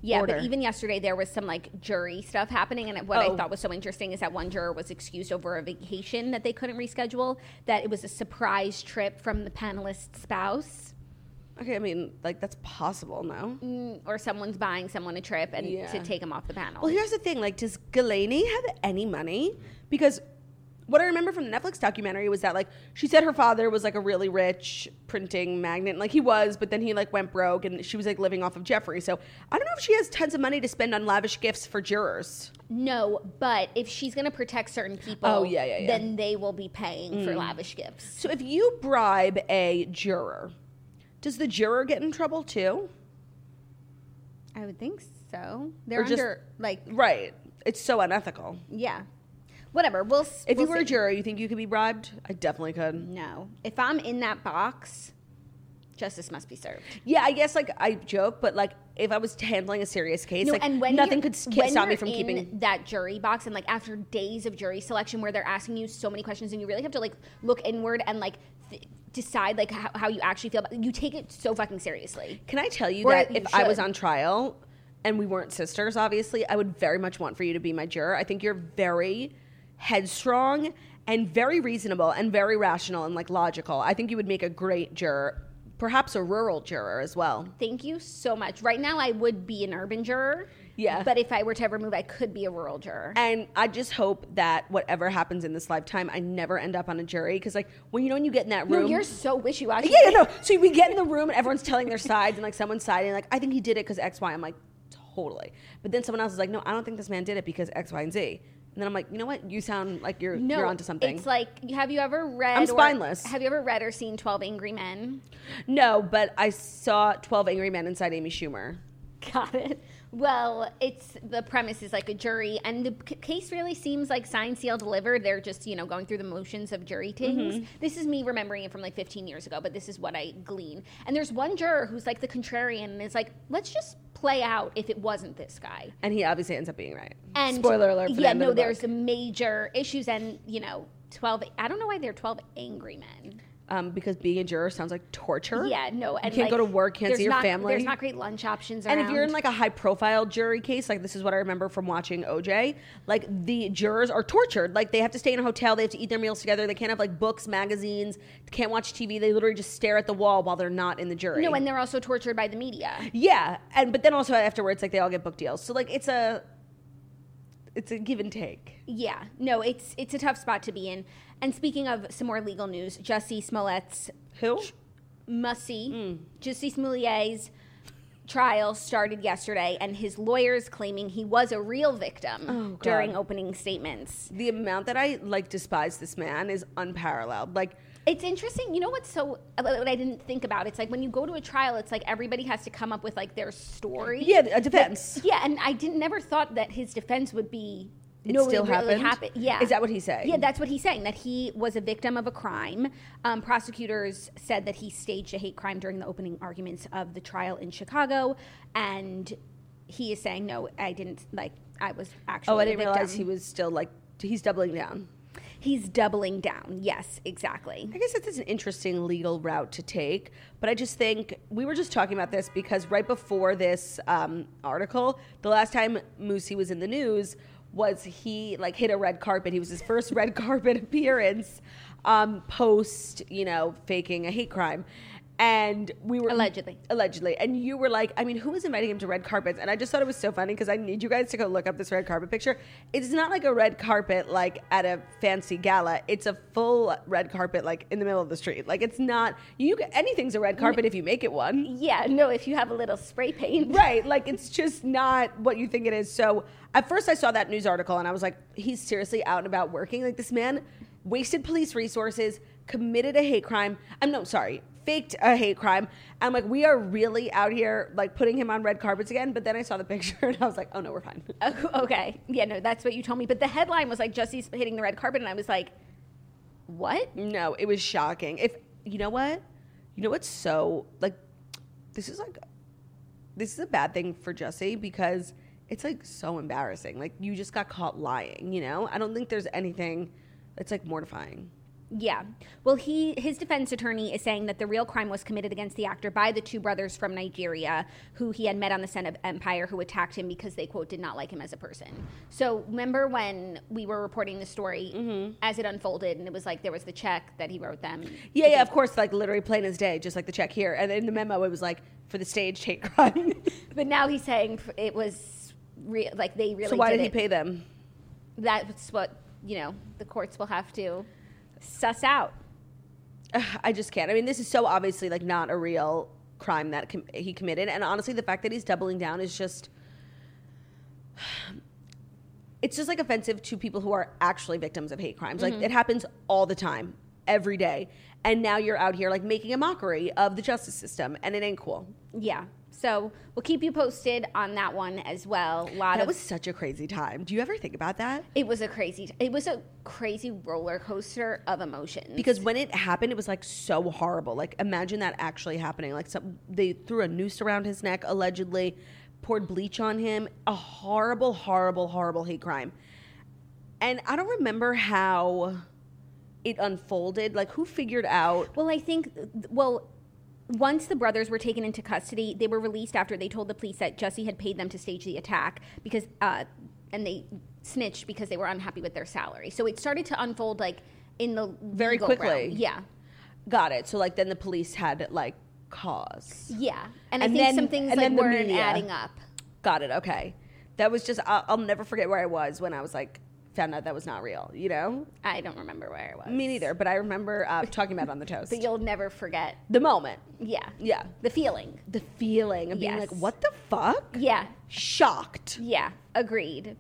S3: Yeah,
S2: Order.
S3: but even yesterday there was some like jury stuff happening, and what
S2: Oh.
S3: I thought was so interesting is that one juror was excused over a vacation that they couldn't reschedule. That it was a surprise trip from the panelist's spouse.
S2: Okay, I mean, like that's possible, no?
S3: or someone's buying someone a trip and
S2: Yeah.
S3: to take them off the panel.
S2: Well, here's the thing: like, does Galani have any money? Because what I remember from the Netflix documentary was that like she said her father was like a really rich printing magnate, like he was, but then he like went broke, and she was like living off of Jeffrey. So I don't know if she has tons of money to spend on lavish gifts for jurors.
S3: no, but if she's going to protect certain people,
S2: Oh, yeah, yeah, yeah.
S3: then they will be paying for lavish gifts.
S2: So if you bribe a juror, does the juror get in trouble too?
S3: I would think so. They're
S2: Or just-
S3: under like
S2: Right. It's so unethical.
S3: yeah, whatever. We'll s-
S2: If you
S3: we'll
S2: were a
S3: see.
S2: juror, you think you could be bribed? I definitely could.
S3: no. If I'm in that box, justice must be served.
S2: Yeah, I guess like I joke, but like if I was handling a serious case,
S3: No,
S2: like
S3: and when
S2: nothing
S3: you're-
S2: could s- can't
S3: when
S2: stop me
S3: you're
S2: from
S3: in
S2: keeping.
S3: that jury box, and like after days of jury selection, where they're asking you so many questions, and you really have to like look inward and like th- decide like how, how you actually feel. About, you take it so fucking seriously.
S2: Can I tell you
S3: Or
S2: that
S3: you
S2: if I was
S3: should.
S2: on trial and we weren't sisters, obviously, I would very much want for you to be my juror. I think you're very headstrong and very reasonable and very rational and like logical. I think you would make a great juror, perhaps a rural juror as well.
S3: Thank you so much. Right now, I would be an urban juror.
S2: Yeah.
S3: But if I were to ever move, I could be a rural juror.
S2: And I just hope that whatever happens in this lifetime, I never end up on a jury because like when you know when you get in that
S3: No,
S2: room,
S3: you're so wishy washy.
S2: Yeah, yeah, no. So we get in the room and everyone's telling their sides, and like someone's siding, like, I think he did it because X, Y. I'm like, totally. But then someone else is like, no, I don't think this man did it because X, Y, and Z. And then I'm like, you know what? You sound like you're
S3: No,
S2: you're onto something.
S3: It's like, have you ever read?
S2: I'm
S3: or-
S2: spineless.
S3: have you ever read or seen Twelve Angry Men?
S2: no, but I saw 12 Angry Men inside Amy Schumer.
S3: Got it. Well, it's the premise is like a jury, and the c- case really seems like signed, sealed, delivered. They're just you know going through the motions of jury
S2: Mm-hmm.
S3: things. This is me remembering it from like 15 years ago, but this is what I glean. And there's one juror who's like the contrarian, and is like, let's just play out if it wasn't this guy.
S2: And he obviously ends up being right.
S3: And
S2: Spoiler alert. For the
S3: yeah,
S2: end
S3: no,
S2: of the book.
S3: there's major issues, and you know, 12. I don't know why they're 12 angry men.
S2: um, because being a juror sounds like torture.
S3: Yeah, no, and
S2: can't go
S3: like,
S2: to work, can't see
S3: there's
S2: your
S3: not-
S2: family.
S3: There's not great lunch options.
S2: And if you're in
S3: around.
S2: like a high profile jury case, like this is what I remember from watching OJ, like the jurors are tortured. Like they have to stay in a hotel, they have to eat their meals together, they can't have like books, magazines, can't watch TV. They literally just stare at the wall while they're not in the jury.
S3: no, and they're also tortured by the media.
S2: yeah, and but then also afterwards, like they all get book deals. So like it's a, it's a give and take.
S3: Yeah, no, it's it's a tough spot to be in. And speaking of some more legal news, Jussie Smollett's
S2: Who?
S3: Mussy,
S2: Mm.
S3: Jussie Smollett's trial started yesterday, and his lawyers claiming he was a real victim
S2: Oh, God.
S3: during opening statements.
S2: The amount that I like despise this man is unparalleled. Like
S3: It's interesting. You know what's so uh, what I didn't think about? It's like when you go to a trial, it's like everybody has to come up with like their story.
S2: yeah, a defense.
S3: Yeah, and I didn't never thought that his defense would be
S2: It
S3: no,
S2: still
S3: it really
S2: happened?
S3: happened. Yeah,
S2: Is that what he's saying?
S3: Yeah, that's what he's saying. That he was a victim of a crime. Um, prosecutors said that he staged a hate crime during the opening arguments of the trial in Chicago, and he is saying, "No, I didn't. Like, I was actually."
S2: Oh, I
S3: a
S2: didn't realize he
S3: victim."
S2: was still like he's doubling down.
S3: He's doubling down. Yes, exactly.
S2: I guess that's an interesting legal route to take, but I just think we were just talking about this because right before this um, article, the last time Moosey was in the news was he like hit a red carpet. He was his first red carpet appearance um, post, you know, faking a hate crime. And we were
S3: Allegedly.
S2: allegedly, and you were like, I mean, who is inviting him to red carpets? And I just thought it was so funny because I need you guys to go look up this red carpet picture. It's not like a red carpet like at a fancy gala. It's a full red carpet like in the middle of the street. Like it's not you. ca- Anything's a red carpet if you make it one,
S3: Yeah, no. If you have a little spray paint,
S2: right? Like it's just not what you think it is. So at first, I saw that news article and I was like, he's seriously out and about working. Like this man wasted police resources, committed a hate crime. I'm no sorry. Faked a hate crime. I'm like, we are really out here like putting him on red carpets again. But then I saw the picture and I was like, oh no, we're fine.
S3: Oh, okay. Yeah, no, that's what you told me. But the headline was like Jesse's hitting the red carpet, and I was like, what?
S2: No, it was shocking. If you know what, you know what's so like, this is like, this is a bad thing for Jesse because it's like so embarrassing. Like you just got caught lying. You know, I don't think there's anything that's like mortifying.
S3: Yeah. Well, he his defense attorney is saying that the real crime was committed against the actor by the two brothers from Nigeria who he had met on the set of Empire who attacked him because they quote did not like him as a person. So, remember when we were reporting the story
S2: Mm-hmm.
S3: as it unfolded and it was like there was the check that he wrote them.
S2: Yeah, yeah, of course, like literally plain as day, just like the check here. And in the memo, it was like for the staged hate crime.
S3: But now he's saying it was real like they really
S2: so why did he
S3: it.
S2: pay them?
S3: That's what, you know, the courts will have to suss out.
S2: Ugh, I just can't. I mean, this is so obviously like not a real crime that com- he committed, and honestly, the fact that he's doubling down is just. It's just like offensive to people who are actually victims of hate crimes. Like it happens all the time, every day. And now you're out here like making a mockery of the justice system, and it ain't cool.
S3: Yeah. So, we'll keep you posted on that one as well. A lot
S2: That
S3: of
S2: was such a crazy time. Do you ever think about that?
S3: It was a crazy. It was a crazy roller coaster of emotions.
S2: Because when it happened, it was like so horrible. Like imagine that actually happening. Like some, they threw a noose around his neck, allegedly poured bleach on him. A horrible, horrible, horrible hate crime. And I don't remember how it unfolded. Like who figured out?
S3: well, I think well, once the brothers were taken into custody, they were released after they told the police that Jesse had paid them to stage the attack because uh, and they snitched because they were unhappy with their salary. So it started to unfold like in the
S2: Very
S3: legal
S2: quickly.
S3: realm. Yeah,
S2: Got it. So like then the police had like cause.
S3: yeah, and, I
S2: And
S3: think
S2: then-
S3: some things
S2: and
S3: like
S2: then the
S3: weren't
S2: media.
S3: adding up.
S2: Got it. Okay. That was just. I'll, I'll never forget where I was when I was like found out that was not real. You know.
S3: I don't remember where I was.
S2: Me neither. But I remember uh, talking about it on the toast.
S3: But you'll never forget.
S2: the moment.
S3: Yeah,
S2: Yeah.
S3: the feeling.
S2: the feeling of being
S3: Yes.
S2: like, what the fuck?
S3: Yeah,
S2: Shocked.
S3: yeah, agreed.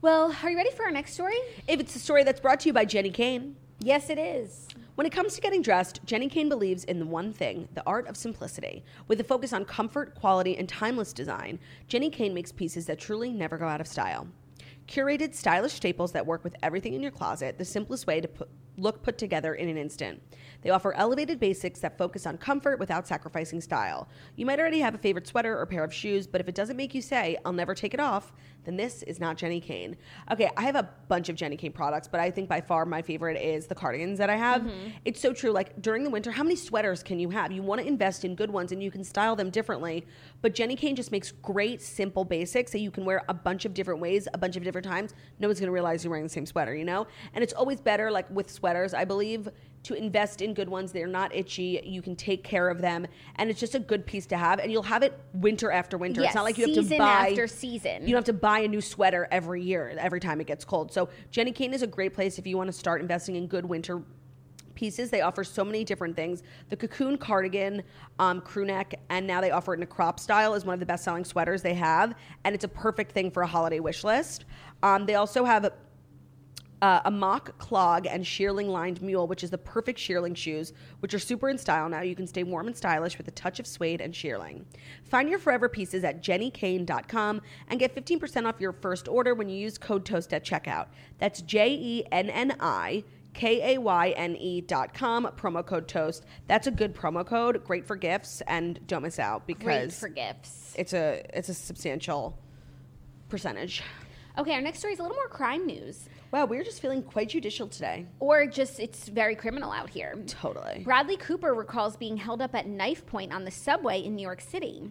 S3: Well, are you ready for our next story?
S2: If it's a story that's brought to you by Jenny Kane,
S3: Yes, it is.
S2: When it comes to getting dressed, Jenny Kane believes in the one thing the art of simplicity. With a focus on comfort, quality, and timeless design, Jenny Kane makes pieces that truly never go out of style. Curated, stylish staples that work with everything in your closet, the simplest way to put, look put together in an instant. They offer elevated basics that focus on comfort without sacrificing style. You might already have a favorite sweater or pair of shoes, but if it doesn't make you say, I'll never take it off, then this is not Jenny Kane. Okay, I have a bunch of Jenny Kane products, but I think by far my favorite is the cardigans that I have.
S3: Mm-hmm.
S2: It's so true. Like during the winter, how many sweaters can you have? You want to invest in good ones and you can style them differently. But Jenny Kane just makes great, simple basics that you can wear a bunch of different ways, a bunch of different times. No one's going to realize you're wearing the same sweater, you know? And it's always better, like with sweaters, I believe, to invest in good ones. They're not itchy. You can take care of them. And it's just a good piece to have. And you'll have it winter after winter.
S3: Yes,
S2: it's not like you have to
S3: season
S2: buy
S3: after season.
S2: You don't have to buy a new sweater every year, every time it gets cold. So Jenny Kane is a great place if you want to start investing in good winter pieces. They offer so many different things. The cocoon cardigan, um, crew neck, and now they offer it in a crop style is one of the best selling sweaters they have, and it's a perfect thing for a holiday wish list. Um, they also have uh, a mock clog and shearling lined mule, which is the perfect shearling shoes, which are super in style now. You can stay warm and stylish with a touch of suede and shearling. Find your forever pieces at jennykane.com and get 15% off your first order when you use code TOAST at checkout. That's J E N N I. K A Y N E dot com, promo code toast. That's a good promo code, great for gifts, and don't miss out
S3: Great
S2: because
S3: for gifts.
S2: it's a it's a substantial percentage.
S3: Okay, our next story is a little more crime news,
S2: Wow, we're just feeling quite judicial today.
S3: or just it's very criminal out here.
S2: Totally.
S3: Bradley Cooper recalls being held up at knife point on the subway in New York City.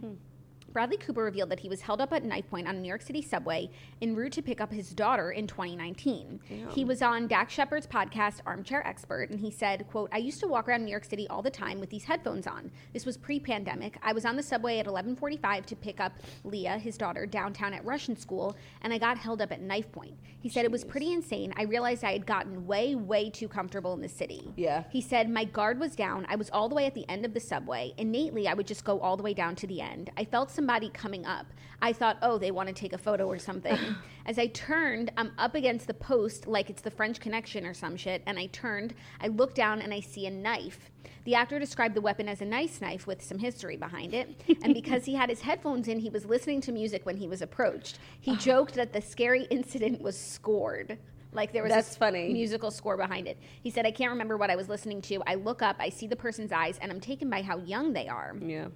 S3: Bradley Cooper revealed that he was held up at knife point on a New York City subway en route to pick up his daughter in 2019. He was on Dak Shepard's podcast Armchair Expert and he said, quote, I used to walk around New York City all the time with these headphones on. This was pre-pandemic. I was on the subway at 11:45 to pick up Leah, his daughter, downtown at Russian School, and I got held up at knife point. He said it was pretty insane. I realized I had gotten way way too comfortable in the city.
S2: Yeah.
S3: He said, My guard was down. I was all the way at the end of the subway. Innately, I would just go all the way down to the end. I felt somebody coming up. I thought, Oh, they want to take a photo or something. As I turned, I'm up against the post like it's the French Connection or some shit. And I turned, I look down, and I see a knife. The actor described the weapon as a nice knife with some history behind it. And because he had his headphones in, he was listening to music when he was approached. He joked that the scary incident was scored. Like there was
S2: That's
S3: this
S2: funny.
S3: music musical score behind it. He said, I can't remember what I was listening to. I look up, I see the person's eyes, and I'm taken by how young they are.
S2: Yeah.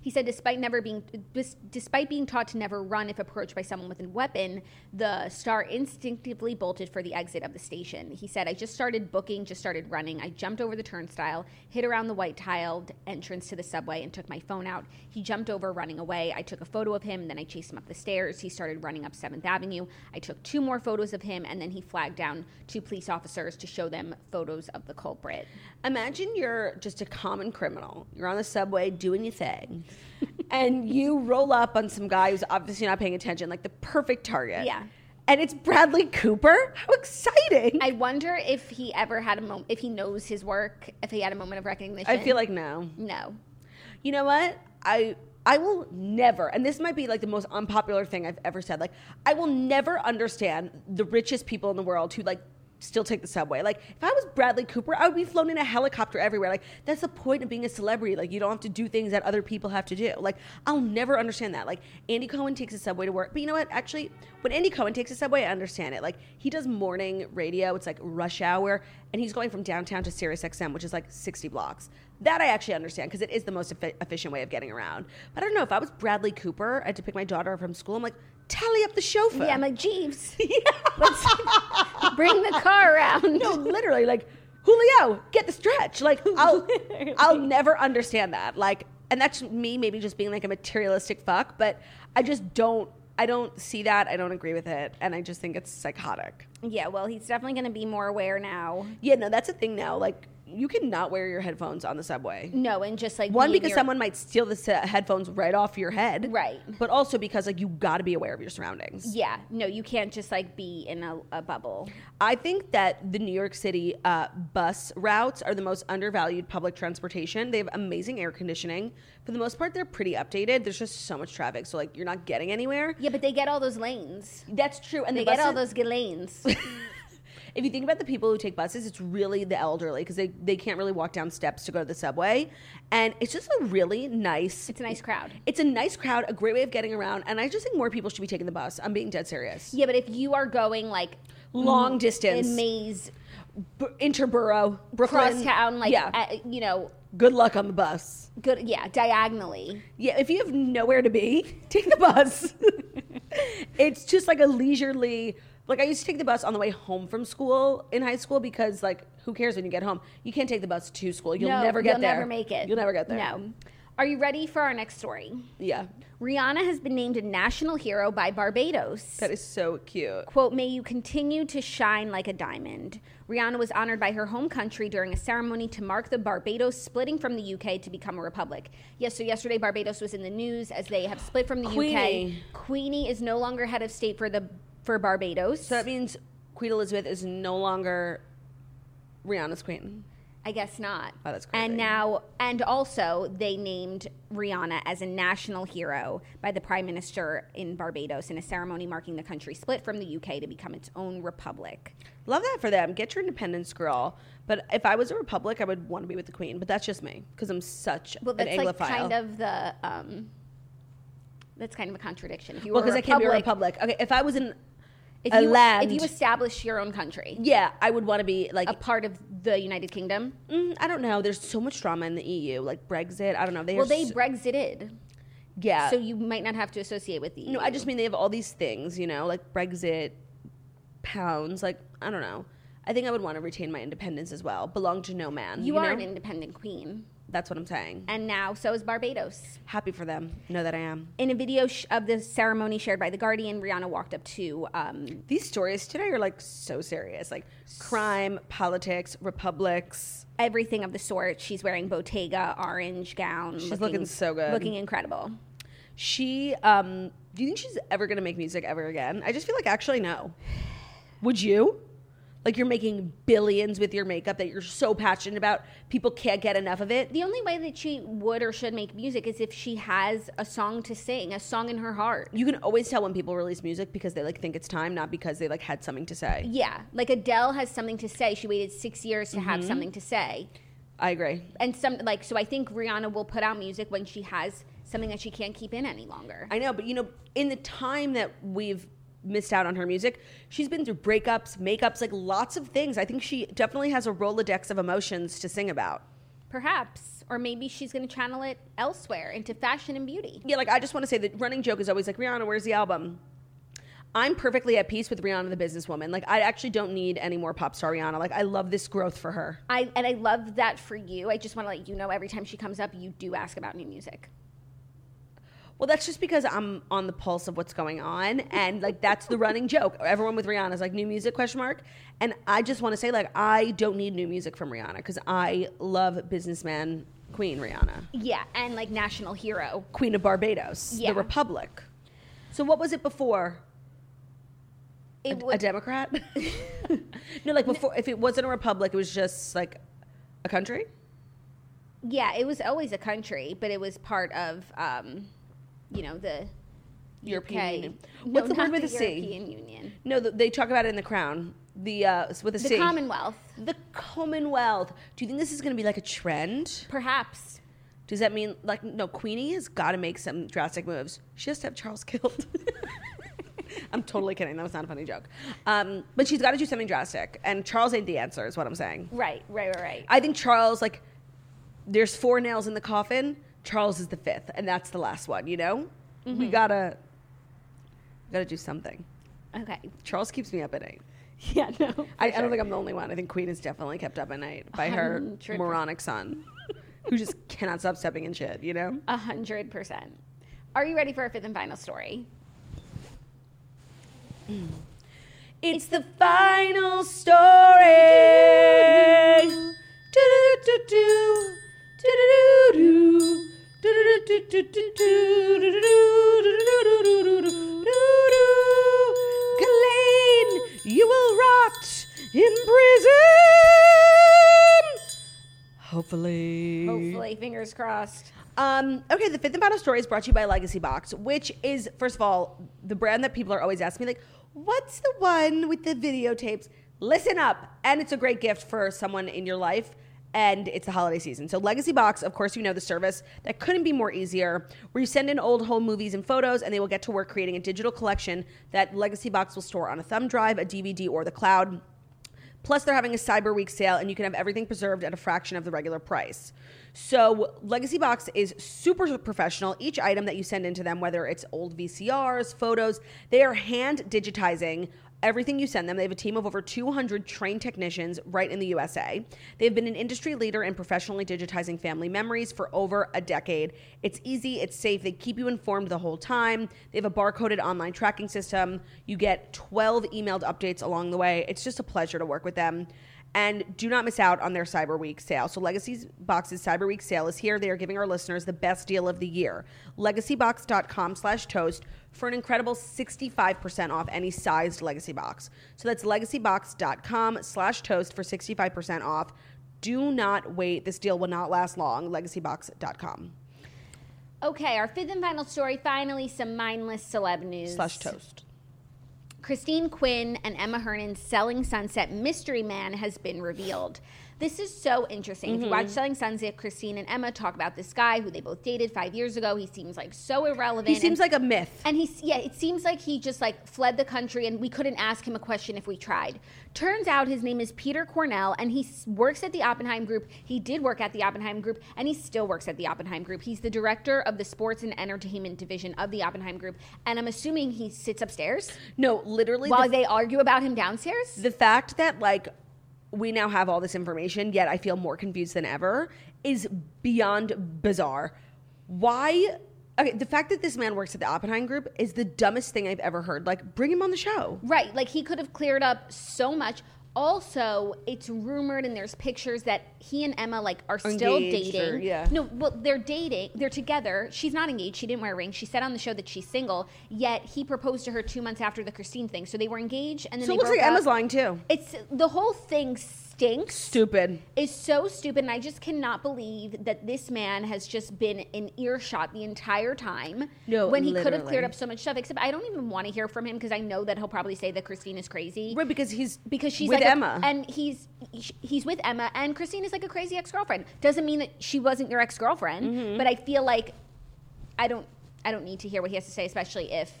S3: He said, despite never being, des- despite being taught to never run if approached by someone with a weapon, the star instinctively bolted for the exit of the station. He said, I just started booking, just started running. I jumped over the turnstile, hit around the white tiled entrance to the subway, and took my phone out. He jumped over, running away. I took a photo of him, then I chased him up the stairs. He started running up Seventh Avenue. I took two more photos of him, and then he flagged down two police officers to show them photos of the culprit.
S2: Imagine you're just a common criminal. You're on the subway doing your thing, and you roll up on some guy who's obviously not paying attention, like the perfect target.
S3: Yeah.
S2: And it's Bradley Cooper. How exciting! I,
S3: I wonder if he ever had a moment, if he knows his work, if he had a moment of recognition.
S2: feel like no.
S3: no.
S2: You know what? I I will never, and this might be like the most unpopular thing I've ever said. Like I will never understand the richest people in the world who like still take the subway. Like if I was Bradley Cooper, I would be flown in a helicopter everywhere. Like that's the point of being a celebrity. Like you don't have to do things that other people have to do. Like I'll never understand that. Like Andy Cohen takes the subway to work. But you know what? Actually, when Andy Cohen takes the subway, I understand it. Like he does morning radio. It's like rush hour and he's going from downtown to Sirius XM, which is like 60 blocks. That I actually understand because it is the most effi- efficient way of getting around. But I don't know if I was Bradley Cooper, I had to pick my daughter up from school. I'm like, tally up the chauffeur.
S3: Yeah, I'm like, Jeeves, let's bring the car around.
S2: "Oh, no, literally, like Julio, get the stretch. Like I'll, I'll never understand that. Like, and that's me maybe just being like a materialistic fuck. But I just don't. I don't see that. I don't agree with it, and I just think it's psychotic.
S3: Yeah, well, he's definitely going to be more aware now.
S2: Yeah, no, that's a thing now. Like, you cannot wear your headphones on the subway.
S3: No, and just like
S2: One
S3: be in
S2: because
S3: your-
S2: someone might steal the se- headphones right off your head,
S3: Right.
S2: But also because like you got to be aware of your surroundings.
S3: Yeah, no, you can't just like be in a, a bubble.
S2: I think that the New York City uh, bus routes are the most undervalued public transportation. They have amazing air conditioning. For the most part, they're pretty updated. There's just so much traffic, so like you're not getting anywhere.
S3: Yeah, but they get all those lanes.
S2: That's true, and
S3: They
S2: the
S3: get all
S2: buses-
S3: those good lanes.
S2: if you think about the people who take buses, it's really the elderly because they, they can't really walk down steps to go to the subway. And it's just a really nice.
S3: It's a nice crowd.
S2: It's a nice crowd, a great way of getting around. And I just think more people should be taking the bus. I'm being dead serious.
S3: Yeah, Mm-hmm. but if you are going like
S2: Long
S3: m-
S2: distance.
S3: in maze,
S2: B- Interborough, Brooklyn.
S3: cross town, like
S2: yeah.
S3: uh, you know,
S2: good luck on the bus.
S3: good, yeah, diagonally.
S2: Yeah, if you have nowhere to be, take the bus. it's just like a leisurely. Like I used to take the bus on the way home from school in high school because like who cares when you get home? You can't take the bus to school. You'll
S3: No,
S2: never get
S3: you'll
S2: there.
S3: never make it.
S2: You'll never get there.
S3: No. Are you ready for our next story?
S2: Yeah.
S3: Rihanna has been named a national hero by Barbados.
S2: That is so cute.
S3: quote may you continue to shine like a diamond rihanna was honored by her home country during a ceremony to mark the barbados splitting from the uk to become a republic yes so yesterday barbados was in the news as they have split from the
S2: Queenie.
S3: uk queenie is no longer head of state for the for barbados
S2: So that means Queen Elizabeth is no longer Rihanna's queen.
S3: i guess not
S2: Oh, that's crazy.
S3: and now and also they named rihanna as a national hero by the prime minister in barbados in a ceremony marking the country split from the uk to become its own republic
S2: Love that for them. Get your independence, girl. But if I was a republic, I would want to be with the queen. But that's just me because I'm such
S3: Well,
S2: an
S3: that's
S2: Anglophile.
S3: like kind of the um, that's kind of a contradiction. If you were
S2: well, because I can't be a republic. Okay, if I was in,
S3: if
S2: a
S3: you,
S2: land.
S3: if you establish your own country,
S2: yeah, I would want to be like.
S3: a part of the United Kingdom.
S2: mm, I don't know. There's so much drama in the EU, like Brexit. I don't know. They
S3: Well,
S2: are
S3: they
S2: so-
S3: Brexited,
S2: yeah.
S3: so you might not have to associate with the.
S2: Uh, no, I just mean they have all these things, you know, like Brexit, pounds. Like I don't know. I think I would want to retain my independence as well. Belong to no man.
S3: you, are
S2: know?
S3: an independent queen,
S2: That's what I'm saying.
S3: and now so is Barbados.
S2: Happy for them. Know that I am.
S3: In a video sh- of the ceremony shared by the Guardian, Rihanna walked up to um,
S2: These stories today are like so serious, like crime, politics, republics.
S3: everything of the sort. She's wearing Bottega orange gown.
S2: She's looking so good.
S3: looking incredible.
S2: She, um, do you think she's ever gonna make music ever again? I just feel like actually no. Would you? Like you're making billions with your makeup that you're so passionate about, people can't get enough of it.
S3: The only way that she would or should make music is if she has a song to sing, a song in her heart.
S2: You can always tell when people release music because they like think it's time, not because they like had something to say.
S3: Yeah, like Adele has something to say. She waited six years to
S2: Mm-hmm.
S3: have something to say,
S2: I agree.
S3: and some like so. I think Rihanna will put out music when she has something that she can't keep in any longer.
S2: I know, but you know, in the time that we've missed out on her music, she's been through breakups, makeups, like lots of things. I think she definitely has a Rolodex of emotions to sing about.
S3: Perhaps, or maybe she's going to channel it elsewhere into fashion and beauty.
S2: Yeah, like I just want to say the running joke is always like, Rihanna, where's the album? I'm perfectly at peace with Rihanna the businesswoman. Like I actually don't need any more pop star Rihanna. Like I love this growth for her.
S3: I and I love that for you. I just want to let you know every time she comes up, you do ask about new music.
S2: Well, that's just because I'm on the pulse of what's going on, and like that's the running joke. Everyone with Rihanna is like new music question mark, and I just want to say like I don't need new music from Rihanna because I love businessman Queen Rihanna,
S3: Yeah, and like national hero.
S2: Queen of Barbados,
S3: Yeah.
S2: the Republic. So what was it before?
S3: It
S2: A-
S3: would-
S2: a Democrat? no, like before, if it wasn't a republic, it was just like a country.
S3: Yeah, it was always a country, but it was part of, um, you know, the
S2: European
S3: UK.
S2: Union.
S3: No,
S2: What's the word
S3: not
S2: with a C?
S3: European Union.
S2: No, th they talk about it in the Crown. The uh, with a
S3: The
S2: C.
S3: Commonwealth,
S2: The Commonwealth. Do you think this is going to be like a trend?
S3: perhaps.
S2: Does that mean like no? Queenie has got to make some drastic moves. She has to have Charles killed. I'm totally kidding. That was not a funny joke. Um, but she's got to do something drastic, and Charles ain't the answer. Is what I'm saying.
S3: Right, right, right, right.
S2: I think Charles like there's four nails in the coffin. Charles is the fifth, and that's the last one. You know, we gotta gotta do something.
S3: okay.
S2: Charles keeps me up at night.
S3: Yeah, no.
S2: I, I don't think I'm the only one. I think Queen is definitely kept up at night by her
S3: Hundred per-
S2: moronic son, who just cannot stop stepping in shit. You know.
S3: A hundred percent. Are you ready for our fifth and final story?
S2: It's the final story. Do-do-do-do-do. Do-do-do-do. Do-do-do-do-do-do. Do-do-do-do-do. Ghislaine, you will rot in prison. Hopefully.
S3: Hopefully, fingers crossed.
S2: Um, okay, the fifth and final story is brought to you by Legacy Box, which is, first of all, the brand that people are always asking me, like, what's the one with the videotapes? listen up. And it's a great gift for someone in your life. And it's the holiday season. So, Legacy Box, of course, you know the service that couldn't be more easier, where you send in old home movies and photos, and they will get to work creating a digital collection that Legacy Box will store on a thumb drive, a DVD, or the cloud. Plus, they're having a Cyber Week sale, and you can have everything preserved at a fraction of the regular price. So, Legacy Box is super professional. Each item that you send into them, whether it's old VCRs, photos, they are hand digitizing everything you send them. They have a team of over 200 trained technicians right in the USA. They've been an industry leader in professionally digitizing family memories for over a decade. It's easy, it's safe, they keep you informed the whole time. They have a barcoded online tracking system. You get 12 emailed updates along the way. It's just a pleasure to work with them. And do not miss out on their Cyber Week sale. So, Legacy Box's Cyber Week sale is here. They are giving our listeners the best deal of the year. LegacyBox.com slash toast for an incredible 65% off any sized Legacy Box. So, that's LegacyBox.com slash toast for 65% off. Do not wait. This deal will not last long. LegacyBox.com
S3: Okay, our fifth and final story. Finally, some mindless celeb news.
S2: slash toast.
S3: Christine Quinn and Emma Hernan's Selling Sunset Mystery Man has been revealed. This is so interesting. If you
S2: Mm-hmm.
S3: watch Selling Sunset, Christine and Emma talk about this guy who they both dated five years ago. He seems like so irrelevant.
S2: He seems
S3: and-
S2: like a myth.
S3: and he's yeah, it seems like he just like fled the country, and we couldn't ask him a question if we tried. Turns out his name is Peter Cornell, and he s- works at the Oppenheim Group. He did work at the Oppenheim Group, and he still works at the Oppenheim Group. He's the director of the sports and entertainment division of the Oppenheim Group, and I'm assuming he sits upstairs
S2: No, literally.
S3: while
S2: the,
S3: they argue about him downstairs.
S2: the fact that like we now have all this information, yet I feel more confused than ever, is beyond bizarre. Why? Okay, the fact that this man works at the Oppenheim Group is the dumbest thing I've ever heard. Like, bring him on the show.
S3: Right. Like he could have cleared up so much. Also, it's rumored and there's pictures that he and Emma like are still
S2: Engaged
S3: dating.
S2: or- yeah.
S3: No, well they're dating. They're together. She's not engaged. She didn't wear a ring. She said on the show that she's single. Yet he proposed to her 2 months after the Christine thing. So they were engaged and then
S2: So
S3: they
S2: it looks
S3: broke
S2: like Emma's
S3: up.
S2: lying too.
S3: It's the whole thing stinks.
S2: Stupid.
S3: Is so stupid and I just cannot believe that this man has just been in earshot the entire time.
S2: No,
S3: when he could have
S2: literally.
S3: cleared up so much stuff. Except I don't even want to hear from him because I know that he'll probably say that Christine is crazy
S2: Right, because he's
S3: because she's
S2: with
S3: like a-
S2: Emma.
S3: and he's he's with Emma, and Christine is like a crazy ex girlfriend. Doesn't mean that she wasn't your ex girlfriend,
S2: Mm-hmm.
S3: but I feel like I don't I don't need to hear what he has to say, especially if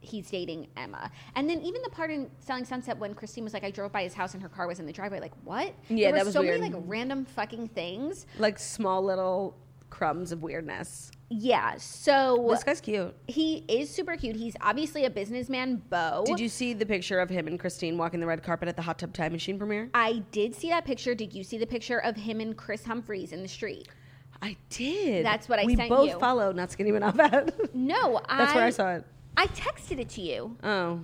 S3: he's dating Emma. And then even the part in Selling Sunset when Christine was like, I drove by his house and her car was in the driveway. Like what?
S2: Yeah,
S3: there were
S2: that was
S3: so many
S2: weird.
S3: like random fucking things.
S2: like small little crumbs of weirdness.
S3: Yeah, so
S2: This guy's cute.
S3: he is super cute. He's obviously a businessman, Bo.
S2: Did you see the picture of him and Christine walking the red carpet at the Hot Tub Time Machine premiere?
S3: I did see that picture. Did you see the picture of him and Chris Humphreys in the street?
S2: I did.
S3: That's what I
S2: we
S3: sent
S2: both
S3: you.
S2: follow Not Skinny But Not Fat.
S3: No, I,
S2: That's where I saw it.
S3: I texted it to you.
S2: Oh.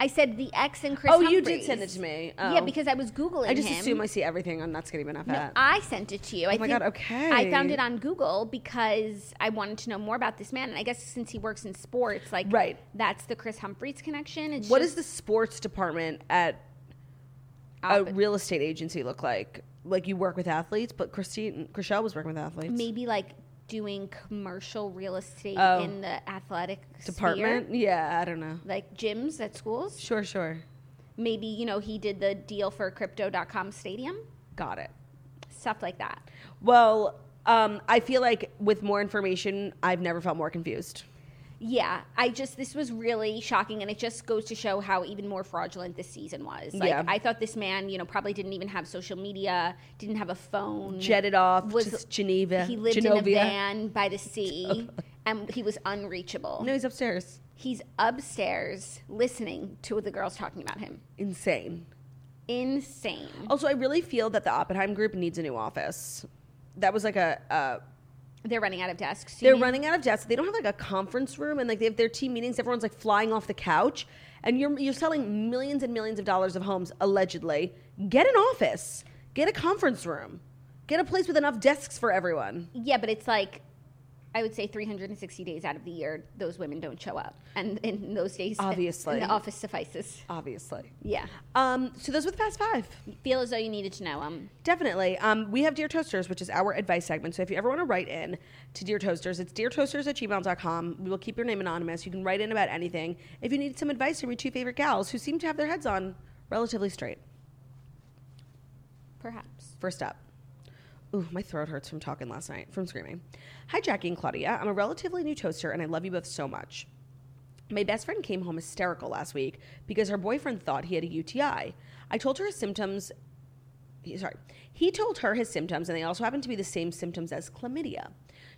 S3: I said the ex and Chris.
S2: Oh, you did
S3: Humphries.
S2: send it to me.
S3: Yeah,
S2: Oh.
S3: because I was googling
S2: I just
S3: him.
S2: assume I see everything on Not Skinny But Not
S3: No,
S2: Fat.
S3: I sent it to you. I
S2: Oh my
S3: think
S2: God, okay.
S3: I found it on Google because I wanted to know more about this man, and I guess since he works in sports, like
S2: Right.
S3: that's the Chris Humphreys connection. It's
S2: what
S3: just
S2: does the sports department at a
S3: Oppen-
S2: real estate agency look like? Like you work with athletes, but Christine Chriselle was working with athletes.
S3: maybe like doing commercial real estate
S2: Oh.
S3: in the athletic sphere,
S2: department? Yeah, I don't know.
S3: like gyms at schools.
S2: Sure, sure.
S3: Maybe you know he did the deal for Crypto.com Stadium,
S2: Got it.
S3: stuff like that.
S2: Well, um, I feel like with more information, I've never felt more confused.
S3: Yeah, I just this was really shocking, and it just goes to show how even more fraudulent this season was. Like
S2: Yeah.
S3: I thought this man, you know, probably didn't even have social media, didn't have a phone,
S2: Jetted off to Geneva.
S3: Mm. He lived in a
S2: Genovia.
S3: van by the sea, and he was unreachable.
S2: No, he's upstairs.
S3: He's upstairs listening to the girls talking about him.
S2: Insane.
S3: Insane.
S2: Also, I really feel that the Oppenheim Group needs a new office. That was like a. a
S3: They're running out of desks. you
S2: they're
S3: mean?
S2: running out of desks. They don't have like a conference room, and like they have their team meetings. Everyone's like flying off the couch, and you're you're selling millions and millions of dollars of homes allegedly. Get an office. Get a conference room. Get a place with enough desks for everyone.
S3: Yeah, but it's like. I would say 360 days out of the year, those women don't show up. And in those days,
S2: Obviously.
S3: the office suffices.
S2: Obviously.
S3: Yeah.
S2: Um, so those were the past five.
S3: Feel as though you needed to know them.
S2: Definitely. Um, we have Dear Toasters, which is our advice segment. So if you ever want to write in to Dear Toasters, it's deartoasters at gmail.com. We will keep your name anonymous. You can write in about anything. If you need some advice from your two favorite gals who seem to have their heads on relatively straight.
S3: Perhaps.
S2: First up. Ooh, my throat hurts from talking last night, from screaming. Hi, Jackie and Claudia. I'm a relatively new toaster, and I love you both so much. My best friend came home hysterical last week because her boyfriend thought he had a UTI. I told her his symptoms. he- Sorry. He told her his symptoms, and they also happened to be the same symptoms as chlamydia.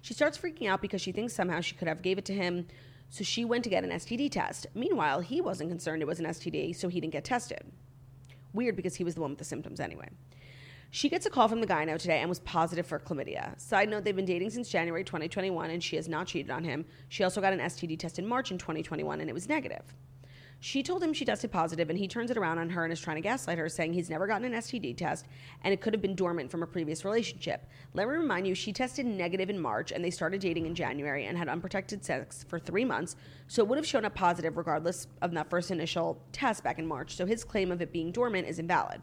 S2: She starts freaking out because she thinks somehow she could have gave it to him, so she went to get an STD test. Meanwhile, he wasn't concerned it was an STD, so he didn't get tested. Weird because he was the one with the symptoms anyway. She gets a call from the gyno today and was positive for chlamydia. Side note, they've been dating since January 2021 and she has not cheated on him. She also got an STD test in March in 2021 and it was negative. She told him she tested positive and he turns it around on her and is trying to gaslight her, saying he's never gotten an STD test and it could have been dormant from a previous relationship. Let me remind you, she tested negative in March and they started dating in January and had unprotected sex for three months, so it would have shown up positive regardless of that first initial test back in March, so his claim of it being dormant is invalid.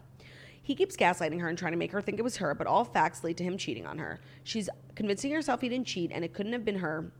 S2: He keeps gaslighting her and trying to make her think it was her, but all facts lead to him cheating on her. She's convincing herself he didn't cheat and it couldn't have been her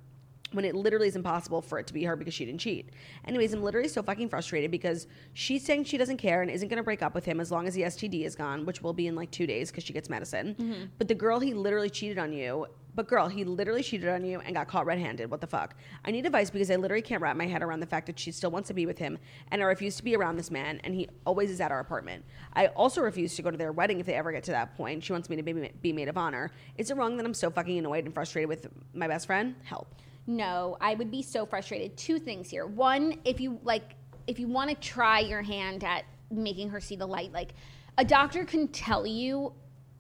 S2: when it literally is impossible for it to be her because she didn't cheat. Anyways, I'm literally so fucking frustrated because she's saying she doesn't care and isn't going to break up with him as long as the STD is gone, which will be in like 2 days cuz she gets medicine. But the girl he literally cheated on you, but girl, he literally cheated on you and got caught red-handed. What the fuck? I need advice because I literally can't wrap my head around the fact that she still wants to be with him and I refuse to be around this man and he always is at our apartment. I also refuse to go to their wedding if they ever get to that point. She wants me to be, be maid of honor. Is it wrong that I'm so fucking annoyed and frustrated with my best friend? Help.
S3: No, I would be so frustrated. Two things here. One, if you like if you want to try your hand at making her see the light, like a doctor can tell you,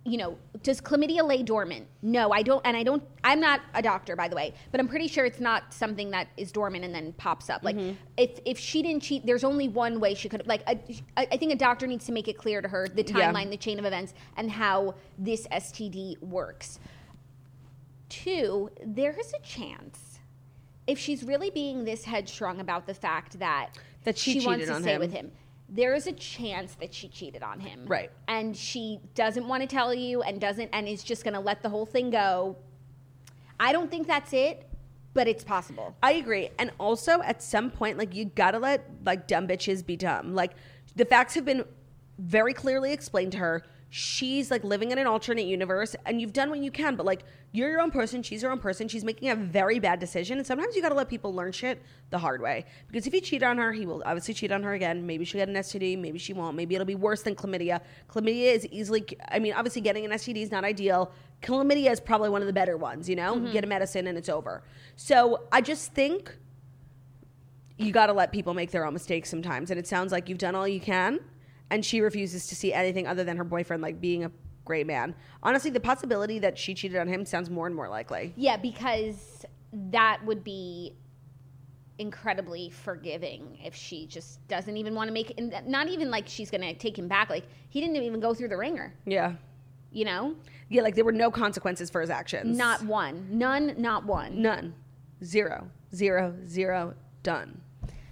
S3: you know, does chlamydia lay dormant? No, I don't and I don't I'm not a doctor by the way, but I'm pretty sure it's not something that is dormant and then pops up. Like if if she didn't cheat, there's only one way she could like a, I I think a doctor needs to make it clear to her the
S2: Yeah.
S3: timeline, the chain of events and how this STD works. Two, there is a chance if she's really being this headstrong about the fact that
S2: That she
S3: wants
S2: cheated
S3: to
S2: on
S3: stay
S2: him.
S3: with him, there is a chance that she cheated on him,
S2: Right.
S3: And she doesn't want to tell you, and doesn't, and is just going to let the whole thing go. I don't think that's it, but it's possible.
S2: I agree. And also at some point, like you gotta let like dumb bitches be dumb. Like the facts have been very clearly explained to her. She's like living in an alternate universe and you've done what you can, but like you're your own person, she's her own person, she's making a very bad decision. And sometimes you gotta let people learn shit the hard way. Because if you cheat on her, he will obviously cheat on her again. Maybe she'll get an STD, maybe she won't, maybe it'll be worse than chlamydia. Chlamydia is easily I mean, obviously getting an STD is not ideal. Chlamydia is probably one of the better ones, you know? Get a medicine and it's over. So I just think you got to let people make their own mistakes sometimes. And it sounds like you've done all you can, and she refuses to see anything other than her boyfriend like being a great man. Honestly, the possibility that she cheated on him sounds more and more likely.
S3: Yeah, because that would be incredibly forgiving if she just doesn't even want to make it. And that- not even like she's going to take him back. Like he didn't even go through the ringer,
S2: Yeah.
S3: you know?
S2: Yeah, like there were no consequences for his actions.
S3: Not one. None, not one.
S2: none. Zero. Zero. Zero. Done.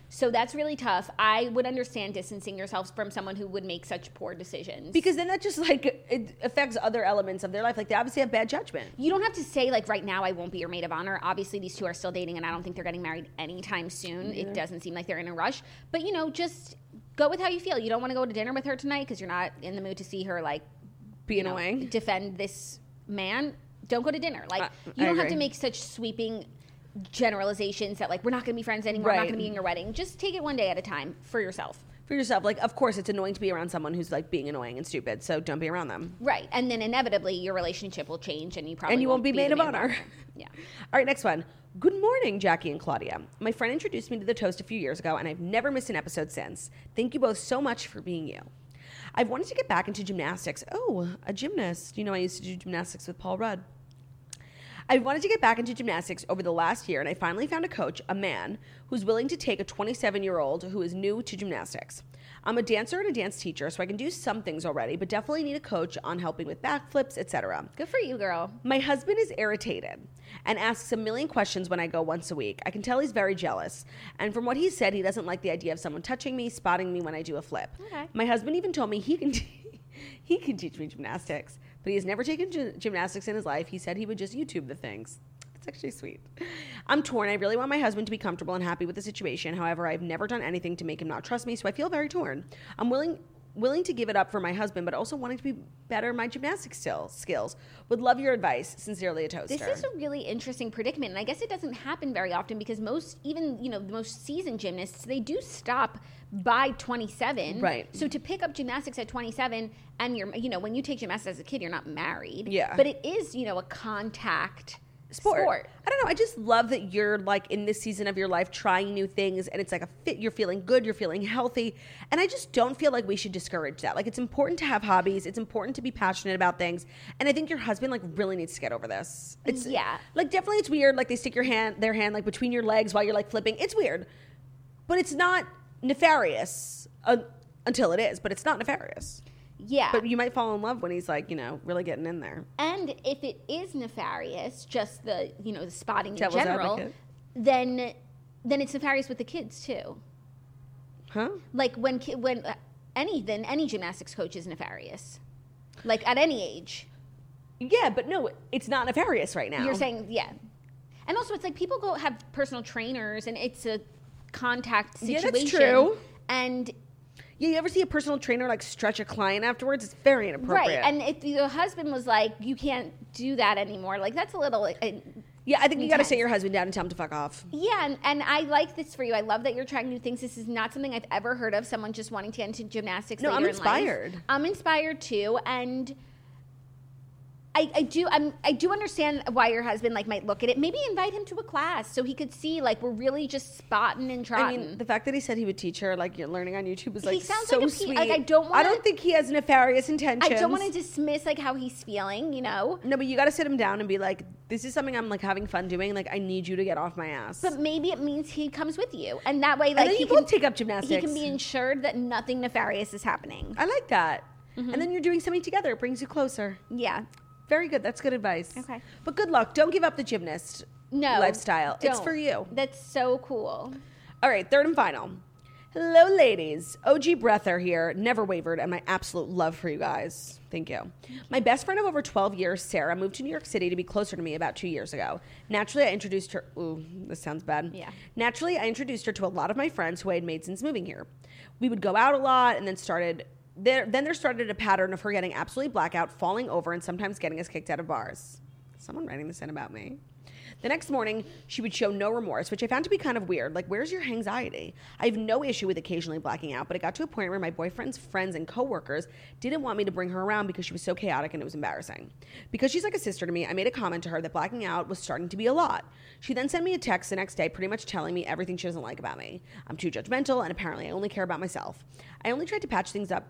S3: So that's really tough. I would understand distancing yourselves from someone who would make such poor decisions.
S2: Because then that just like it affects other elements of their life. Like they obviously have bad judgment.
S3: you don't have to say like right now I won't be your maid of honor. Obviously these two are still dating and I don't think they're getting married anytime soon. It doesn't seem like they're in a rush. But you know, just go with how you feel. You don't want to go to dinner with her tonight because you're not in the mood to see her like
S2: Be
S3: you know,
S2: annoying.
S3: defend this man. Don't go to dinner. Like
S2: I-
S3: you
S2: I
S3: don't have
S2: agree.
S3: to make such sweeping generalizations that like we're not going to be friends anymore. We're not
S2: Right.
S3: going to be in your wedding. Just take it one day at a time for yourself.
S2: for yourself. Like, of course, it's annoying to be around someone who's like being annoying and stupid. So don't be around them.
S3: Right, and then inevitably your relationship will change, and you probably
S2: And you won't be maid
S3: the
S2: of honor.
S3: Yeah,
S2: All right, next one. Good morning, Jackie and Claudia. My friend introduced me to the toast a few years ago, and I've never missed an episode since. Thank you both so much for being you. I've wanted to get back into gymnastics. Oh, a gymnast. You know, I used to do gymnastics with Paul Rudd. I've wanted to get back into gymnastics over the last year, and I finally found a coach, a man, who's willing to take a 27 year old who is new to gymnastics. I'm a dancer and a dance teacher, so I can do some things already, but definitely need a coach on helping with backflips, etc.
S3: good for you, girl.
S2: My husband is irritated and asks a million questions when I go once a week. I can tell he's very jealous. And from what he said, he doesn't like the idea of someone touching me, spotting me when I do a flip.
S3: Okay.
S2: My husband even told me he can he can teach me gymnastics, but he has never taken gy- gymnastics in his life. He said he would just YouTube the things. That's actually sweet. I'm torn. I really want my husband to be comfortable and happy with the situation. However, I've never done anything to make him not trust me, so I feel very torn. I'm willing willing to give it up for my husband, but also wanting to be better in my gymnastics still, skills. Would love your advice. Sincerely, a toaster.
S3: This is a really interesting predicament, and I guess it doesn't happen very often because most, even you know, the most seasoned gymnasts, they do stop by 27.
S2: Right.
S3: So to pick up gymnastics at 27, and you're, you know, when you take gymnastics as a kid, you're not married.
S2: Yeah.
S3: But it is, you know, a contact
S2: sport. I don't know. I just love that you're like in this season of your life trying new things and it's like a fit you're feeling good, you're feeling healthy. And I just don't feel like we should discourage that. Like it's important to have hobbies, it's important to be passionate about things. And I think your husband like really needs to get over this. It's
S3: Yeah.
S2: Like definitely it's weird like they stick your hand their hand like between your legs while you're like flipping. It's weird. But it's not nefarious uh, until it is, but it's not nefarious.
S3: Yeah.
S2: But you might fall in love when he's like, you know, really getting in there.
S3: and if it is nefarious, just the you know the spotting in
S2: Devil's
S3: general,
S2: advocate.
S3: then then it's nefarious with the kids too.
S2: Huh?
S3: Like when ki- when uh, any then any gymnastics coach is nefarious, like at any age.
S2: Yeah, but no, it's not nefarious right now.
S3: You're saying yeah, and also it's like people go have personal trainers and it's a contact
S2: Yeah,
S3: situation.
S2: that's true.
S3: And
S2: Yeah, you ever see a personal trainer like stretch a client afterwards? It's very inappropriate.
S3: right, and if your husband was like, you can't do that anymore. Like that's a little. uh,
S2: yeah, I think you got to
S3: Intense.
S2: sit your husband down and tell him to fuck off.
S3: Yeah, and, and I like this for you. I love that you're trying new things. This is not something I've ever heard of. Someone just wanting to get into gymnastics.
S2: No,
S3: later
S2: I'm
S3: in life.
S2: inspired.
S3: I'm inspired too, and I, I do. I'm I do understand why your husband like might look at it. Maybe invite him to a class so he could see like we're really just spotting and
S2: I
S3: trotting.
S2: mean, the fact that he said he would teach her like you're learning on YouTube is
S3: He
S2: like
S3: sounds
S2: so
S3: like a pe-
S2: sweet.
S3: like, I don't
S2: I
S3: wanna-
S2: don't think he has nefarious intentions.
S3: I don't want to dismiss like how he's feeling. You know.
S2: No, but you got to sit him down and be like, "This is something I'm like having fun doing. Like, I need you to get off my ass."
S3: But maybe it means he comes with you, and that way, like
S2: then
S3: he
S2: you
S3: can
S2: both take up
S3: He
S2: gymnastics.
S3: can be ensured that nothing nefarious is happening.
S2: I like that.
S3: Mm-hmm.
S2: And then you're doing something together. It brings you closer.
S3: Yeah.
S2: Very good. That's good advice.
S3: Okay.
S2: But good luck. Don't give up the gymnast
S3: No
S2: lifestyle. It's for
S3: don't.
S2: you.
S3: That's so cool.
S2: All right, third and final. Hello, ladies. OG Breather here. Never wavered, and my absolute love for you guys. Thank you. My best friend of over 12 years, Sarah, moved to New York City to be closer to me about two years ago. Naturally, I introduced her. Ooh, this sounds bad.
S3: Yeah.
S2: Naturally, I introduced her to a lot of my friends who I had made since moving here. We would go out a lot, and then started. There, then there started a pattern of her getting absolutely blackout, falling over, and sometimes getting us kicked out of bars. Someone writing this in about me. The next morning, she would show no remorse, which I found to be kind of weird. Like, where's your anxiety? I have no issue with occasionally blacking out, but it got to a point where my boyfriend's friends and coworkers didn't want me to bring her around because she was so chaotic and it was embarrassing. Because she's like a sister to me, I made a comment to her that blacking out was starting to be a lot. She then sent me a text the next day pretty much telling me everything she doesn't like about me. I'm too judgmental, and apparently I only care about myself. I only tried to patch things up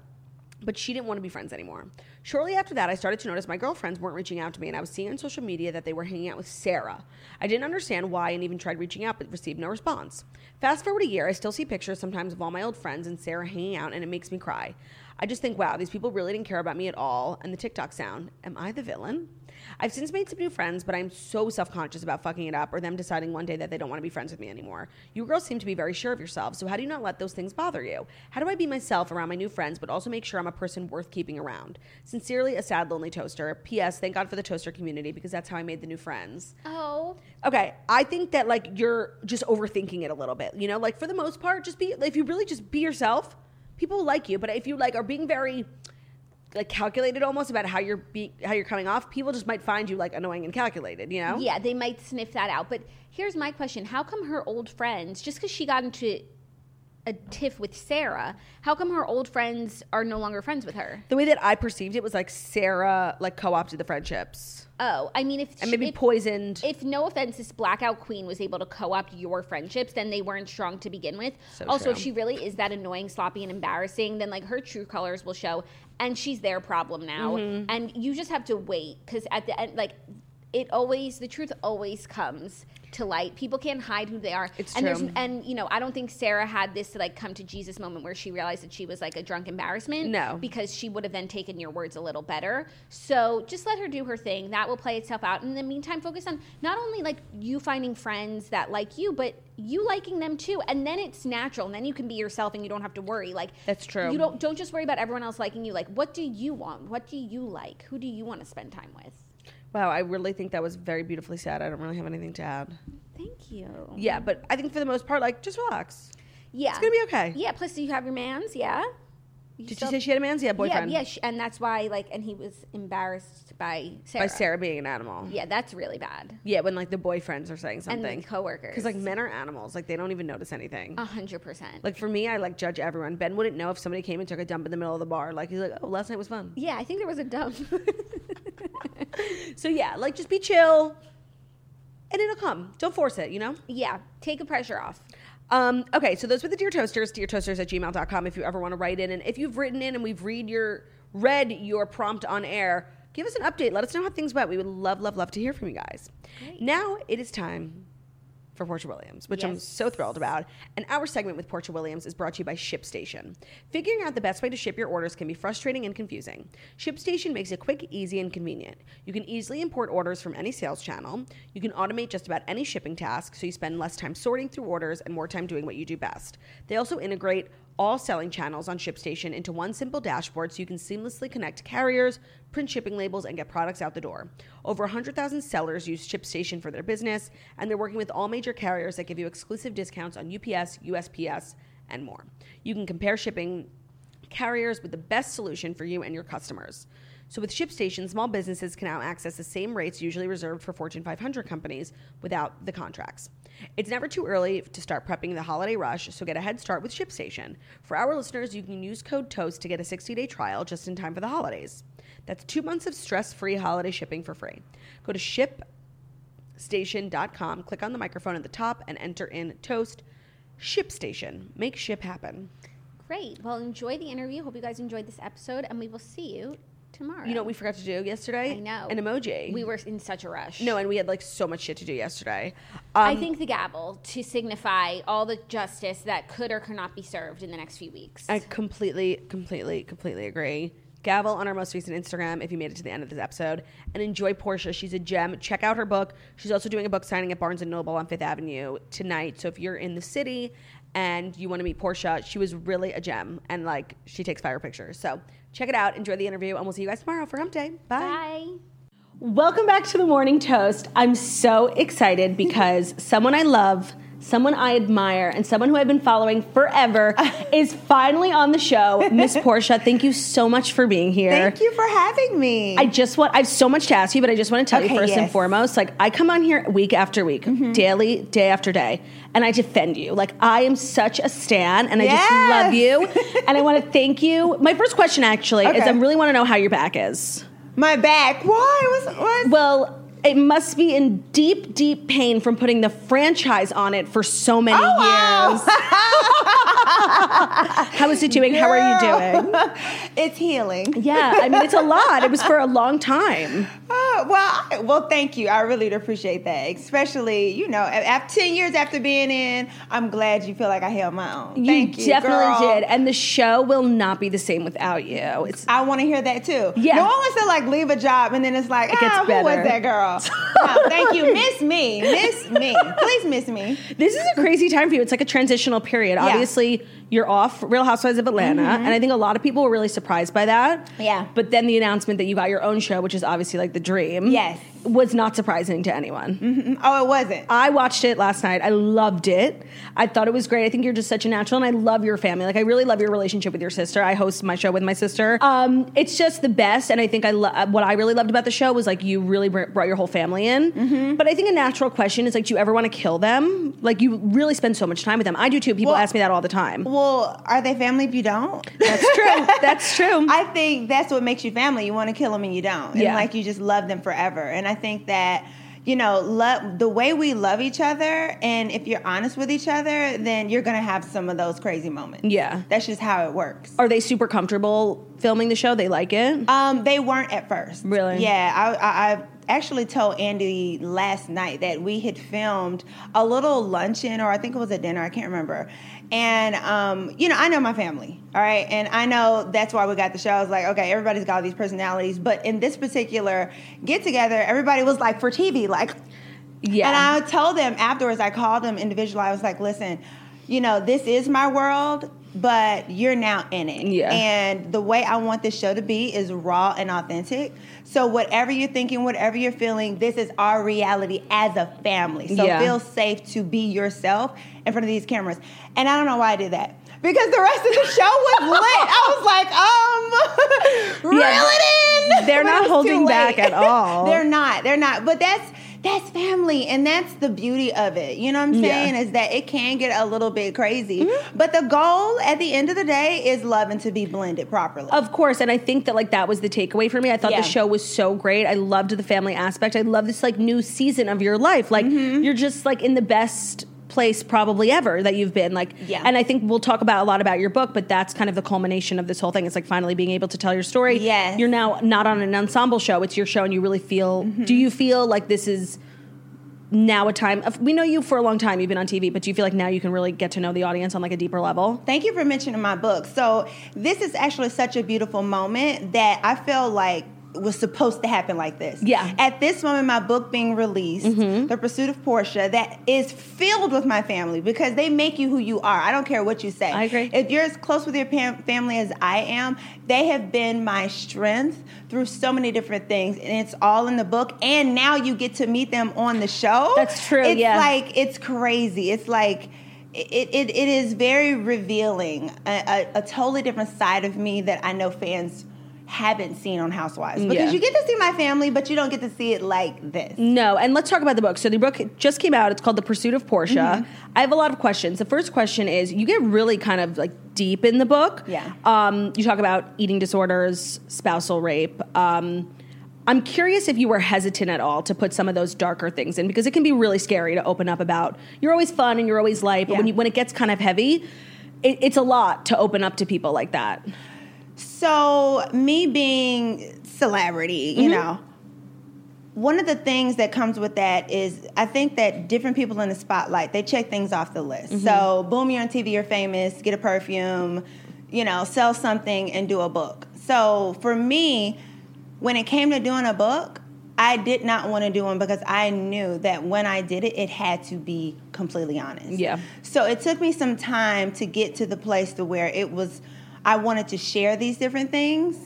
S2: but she didn't want to be friends anymore. Shortly after that, I started to notice my girlfriends weren't reaching out to me, and I was seeing on social media that they were hanging out with Sarah. I didn't understand why and even tried reaching out, but received no response. Fast forward a year, I still see pictures sometimes of all my old friends and Sarah hanging out, and it makes me cry. I just think, wow, these people really didn't care about me at all, and the TikTok sound. Am I the villain? I've since made some new friends, but I'm so self conscious about fucking it up or them deciding one day that they don't want to be friends with me anymore. You girls seem to be very sure of yourselves, so how do you not let those things bother you? How do I be myself around my new friends, but also make sure I'm a person worth keeping around? Sincerely, a sad, lonely toaster. P.S. Thank God for the toaster community because that's how I made the new friends.
S3: Oh,
S2: Okay, I think that like you're just overthinking it a little bit. You know, like for the most part, just be if you really just be yourself, people will like you. But if you like are being very like calculated almost about how you're be, how you're coming off, people just might find you like annoying and calculated. You know?
S3: yeah, they might sniff that out. But here's my question: How come her old friends, just because she got into a tiff with Sarah, how come her old friends are no longer friends with her?
S2: The way that I perceived it was like Sarah like co-opted the friendships
S3: Oh, I mean, if
S2: and maybe
S3: if,
S2: poisoned.
S3: if no offense, this blackout queen was able to co-opt your friendships, then they weren't strong to begin with.
S2: So
S3: also,
S2: true.
S3: if she really is that annoying, sloppy, and embarrassing, then like her true colors will show, and she's their problem now.
S2: Mm-hmm.
S3: And you just have to wait because at the end, like it always, the truth always comes to light. People can't hide who they are.
S2: It's
S3: and
S2: true.
S3: and you know, I don't think Sarah had this like come to Jesus moment where she realized that she was like a drunk embarrassment.
S2: No.
S3: because she would have then taken your words a little better. So just let her do her thing. That will play itself out. In the meantime, focus on not only like you finding friends that like you, but you liking them too. And then it's natural. And then you can be yourself, and you don't have to worry. Like
S2: That's true.
S3: You don't don't just worry about everyone else liking you. Like what do you want? What do you like? Who do you want to spend time with?
S2: wow, I really think that was very beautifully said. I don't really have anything to add.
S3: Thank you.
S2: Yeah, but I think for the most part, like just relax.
S3: Uh, Yeah,
S2: It's gonna be okay.
S3: Yeah. Plus, you have your man's. Yeah.
S2: Did you
S3: still-
S2: say she had a man's yeah boyfriend?
S3: Yeah, yeah, she, and that's why like, and he was embarrassed by Sarah.
S2: By Sarah being an animal.
S3: Yeah, that's really bad.
S2: Yeah, when like the boyfriends are saying something.
S3: And the coworkers.
S2: Because like men are animals. Like they don't even notice anything.
S3: a hundred percent.
S2: Like for me, I like judge everyone. Ben wouldn't know if somebody came and took a dump in the middle of the bar. Like he's like, oh, last night was fun.
S3: Yeah, I think there was a dump.
S2: So yeah, like just be chill, and it'll come. Don't force it. You know.
S3: yeah, take the pressure off.
S2: Um, okay, so those were the Dear Toasters, deartoasters at gmail.com if you ever want to write in. And if you've written in and we've read your read your prompt on air, give us an update. Let us know how things went. We would love, love, love to hear from you guys. Now it is time for Portia Williams, which I'm
S3: Yes.
S2: so thrilled about. And our segment with Portia Williams is brought to you by ShipStation. Figuring out the best way to ship your orders can be frustrating and confusing. ShipStation makes it quick, easy, and convenient. You can easily import orders from any sales channel. You can automate just about any shipping task, so you spend less time sorting through orders and more time doing what you do best. They also integrate all selling channels on ShipStation into one simple dashboard so you can seamlessly connect carriers, print shipping labels, and get products out the door. Over 100,000 sellers use ShipStation for their business, and they're working with all major carriers that give you exclusive discounts on UPS, USPS, and more. You can compare shipping carriers with the best solution for you and your customers. So with ShipStation, small businesses can now access the same rates usually reserved for Fortune 500 companies without the contracts. It's never too early to start prepping the holiday rush, so get a head start with ShipStation. For our listeners, you can use code TOAST to get a 60-day trial just in time for the holidays. That's 2 months of stress-free holiday shipping for free. Go to shipstation.com, click on the microphone at the top and enter in TOAST ShipStation. Make ship happen.
S3: Great. Well, enjoy the interview. Hope you guys enjoyed this episode, and we will see you tomorrow.
S2: You know what we forgot to do yesterday?
S3: I know
S2: An emoji.
S3: We were in such a rush.
S2: no, and we had like so much shit to do yesterday. Um,
S3: I think the gavel to signify all the justice that could or could not be served in the next few weeks.
S2: I completely, completely, completely agree. Gavel on our most recent Instagram if you made it to the end of this episode. And enjoy Portia. She's a gem. Check out her book. She's also doing a book signing at Barnes and Noble on Fifth Avenue tonight. So if you're in the city and you want to meet Portia, she was really a gem. And like she takes fire pictures. So check it out. Enjoy the interview. And we'll see you guys tomorrow for Hump Day. Bye.
S3: Bye.
S2: Welcome back to the Morning Toast. I'm so excited because someone I love, someone I admire, and someone who I've been following forever is finally on the show. Miss Portia, thank you so much for being here.
S4: Thank you for having me.
S2: I just want, I have so much to ask you, but I just want to tell you
S4: Okay,
S2: first and
S4: yes. Mm-hmm.
S2: foremost, like, I come on here week after week, daily, day after day, and I defend you. Like, I am such a stan, and I
S4: Yes.
S2: just love you, and I want to thank you. My first question, actually, is
S4: Okay.
S2: I really want to know how your back is.
S4: My back. Why was was
S2: Well, it must be in deep, deep pain from putting the franchise on it for so many
S4: Oh, wow.
S2: years. How is it doing? How are you doing?
S4: it's healing.
S2: Yeah, I mean, it's a lot. It was for a long time.
S4: Oh, well, I, well, thank you. I really do appreciate that. Especially, you know, after 10 years after being in, I'm glad you feel like I held my own. thank you.
S2: definitely
S4: girl.
S2: did. And the show will not be the same without you. It's
S4: I want to hear that too.
S2: Yeah.
S4: No one wants to like leave a job and then it's like,
S2: gets
S4: ah, who
S2: better.
S4: was that girl? no, thank you. Miss me. Miss me. Please miss me.
S2: this is a crazy time for you. It's like a transitional period. Obviously, you're off Real Housewives of Atlanta, and I think a lot of people were really surprised by that.
S4: Mm-hmm. Yeah.
S2: But then the announcement that you got your own show, which is obviously like the dream,
S4: Yes.
S2: was not surprising to anyone.
S4: Oh, it wasn't.
S2: I watched it last night. I loved it. I thought it was great. I think you're just such a natural, and I love your family. Like I really love your relationship with your sister. I host my show with my sister. Um, it's just the best, and I think I lo- uh, what I really loved about the show was like you really br- brought your whole family in.
S4: Mm-hmm.
S2: But I think a natural question is like, do you ever want to kill them? Like you really spend so much time with them. I do too. People
S4: Well-
S2: ask me that all the time.
S4: well, are they family if you don't?
S2: That's true. That's true.
S4: I think that's what makes you family. You want to kill them and you don't. And
S2: Mm-hmm. Yeah.
S4: like you just love them forever. And I think that you know, love the way we love each other and if you're honest with each other, then you're going to have some of those crazy moments.
S2: Yeah.
S4: That's just how it works.
S2: Are they super comfortable filming the show? They like it.
S4: Um, they weren't at first.
S2: Really?
S4: Yeah. I, I, I actually told Andy last night that we had filmed a little luncheon, or I think it was a dinner. I can't remember. And um, you know, I know my family, all right, and I know that's why we got the show. I was like, okay, everybody's got all these personalities, but in this particular get together, everybody was like for TV, like
S2: yeah.
S4: and I told them afterwards, I called them individually. I was like, listen, you know, this is my world, but you're now in it.
S2: Yeah.
S4: And the way I want this show to be is raw and authentic. So whatever you're thinking, whatever you're feeling, this is our reality as a family. So
S2: Yeah.
S4: feel safe to be yourself in front of these cameras. And I don't know why I did that. Because the rest of the show was lit. I was like, um, reel
S2: Yeah.
S4: it in.
S2: They're
S4: But it
S2: not
S4: was too
S2: holding back
S4: late.
S2: at all.
S4: They're not. They're not. But that's that's family, and that's the beauty of it. You know what I'm
S2: Yeah.
S4: saying? Is that it can get a little bit crazy, but the goal at the end of the day is love and to be blended properly.
S2: Of course, and I think that like that was the takeaway for me. I thought
S4: Yeah.
S2: the show was so great. I loved the family aspect. I love this like new season of your life. Like
S4: Mm-hmm.
S2: you're just like in the best place probably ever that you've been. Like
S4: Yeah.
S2: and I think we'll talk about a lot about your book, but that's kind of the culmination of this whole thing. It's like finally being able to tell your story.
S4: Yes.
S2: You're now not on an ensemble show. It's your show and you really feel
S4: Mm-hmm.
S2: do you feel like this is now a time of we know you for a long time you've been on TV but do you feel like now you can really get to know the audience on like a deeper level
S4: Thank you for mentioning my book. So this is actually such a beautiful moment that I feel like was supposed to happen like this.
S2: Yeah. Mm-hmm.
S4: At this moment, my book being released, The Pursuit of Portia, that is filled with my family because they make you who you are. I don't care what you say.
S2: I agree.
S4: If you're as close with your pam- family as I am, they have been my strength through so many different things, and it's all in the book. And now you get to meet them on the show.
S2: That's true,
S4: It's
S2: yeah.
S4: like like it's crazy. It's like it, it, it is very revealing a, a, a totally different side of me that I know fans haven't seen on Housewives because
S2: Yeah.
S4: you get to see my family, but you don't get to see it like this.
S2: No, and let's talk about the book. So the book just came out. It's called The Pursuit of Portia. I have a lot of questions. The first question is you get really kind of like deep in the book.
S4: Yeah.
S2: Um, you talk about eating disorders, spousal rape. Um, I'm curious if you were hesitant at all to put some of those darker things in because it can be really scary to open up about. You're always fun and you're always light, but when
S4: Yeah.
S2: you, when it gets kind of heavy, it, it's a lot to open up to people like that.
S4: So me being celebrity, you know, one of the things that comes with that is I think that different people in the spotlight they check things off the list. So boom, you're on TV, you're famous, get a perfume, you know, sell something and do a book. So for me, when it came to doing a book, I did not want to do one because I knew that when I did it, it had to be completely honest.
S2: Yeah.
S4: So it took me some time to get to the place to where it was, I wanted to share these different things,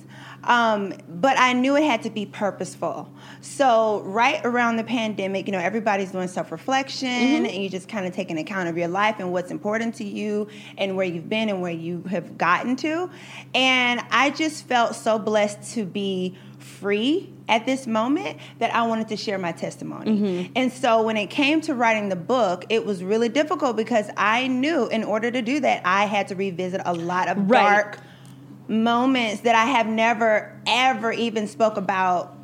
S4: um, but I knew it had to be purposeful. So right around the pandemic, you know, everybody's doing self reflection and you're just kind of taking account of your life and what's important to you and where you've been and where you have gotten to. And I just felt so blessed to be free at this moment that I wanted to share my testimony.
S2: Mm-hmm.
S4: And so when it came to writing the book, it was really difficult because I knew in order to do that, I had to revisit a lot of
S2: Right.
S4: dark moments that I have never ever even spoke about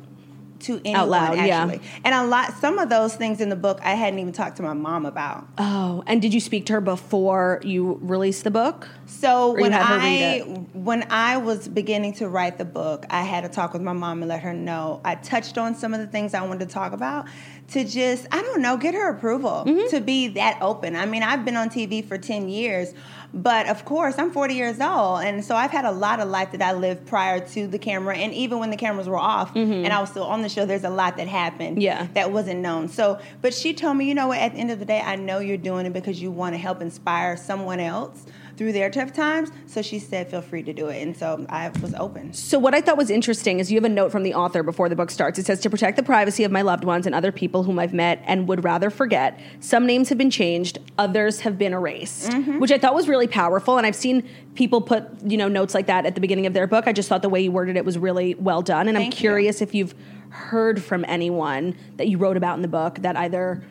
S4: to anyone
S2: loud, yeah.
S4: actually. And a lot some of those things in the book I hadn't even talked to my mom about.
S2: Oh, and did you speak to her before you released the book?
S4: So
S2: you
S4: when
S2: had her
S4: I
S2: read it.
S4: when I was beginning to write the book, I had a talk with my mom and let her know I touched on some of the things I wanted to talk about to just I don't know get her approval
S2: Mm-hmm.
S4: to be that open. I mean, I've been on TV for 10 years, but of course, I'm 40 years old and so I've had a lot of life that I lived prior to the camera and even when the cameras were off and I was still on the show, there's a lot that happened
S2: Mm-hmm. Yeah.
S4: that wasn't known. So, but she told me, you know what, at the end of the day, I know you're doing it because you want to help inspire someone else through their tough times. So she said, feel free to do it. And so I was open.
S2: So, what I thought was interesting is you have a note from the author before the book starts. It says, To protect the privacy of my loved ones and other people whom I've met and would rather forget, some names have been changed, others have been erased,
S4: Mm-hmm.
S2: which I thought was really powerful. And I've seen people put, you know, notes like that at the beginning of their book. I just thought the way you worded it was really well done. And I'm
S4: Thank you.
S2: curious if you've heard from anyone that you wrote about in the book that either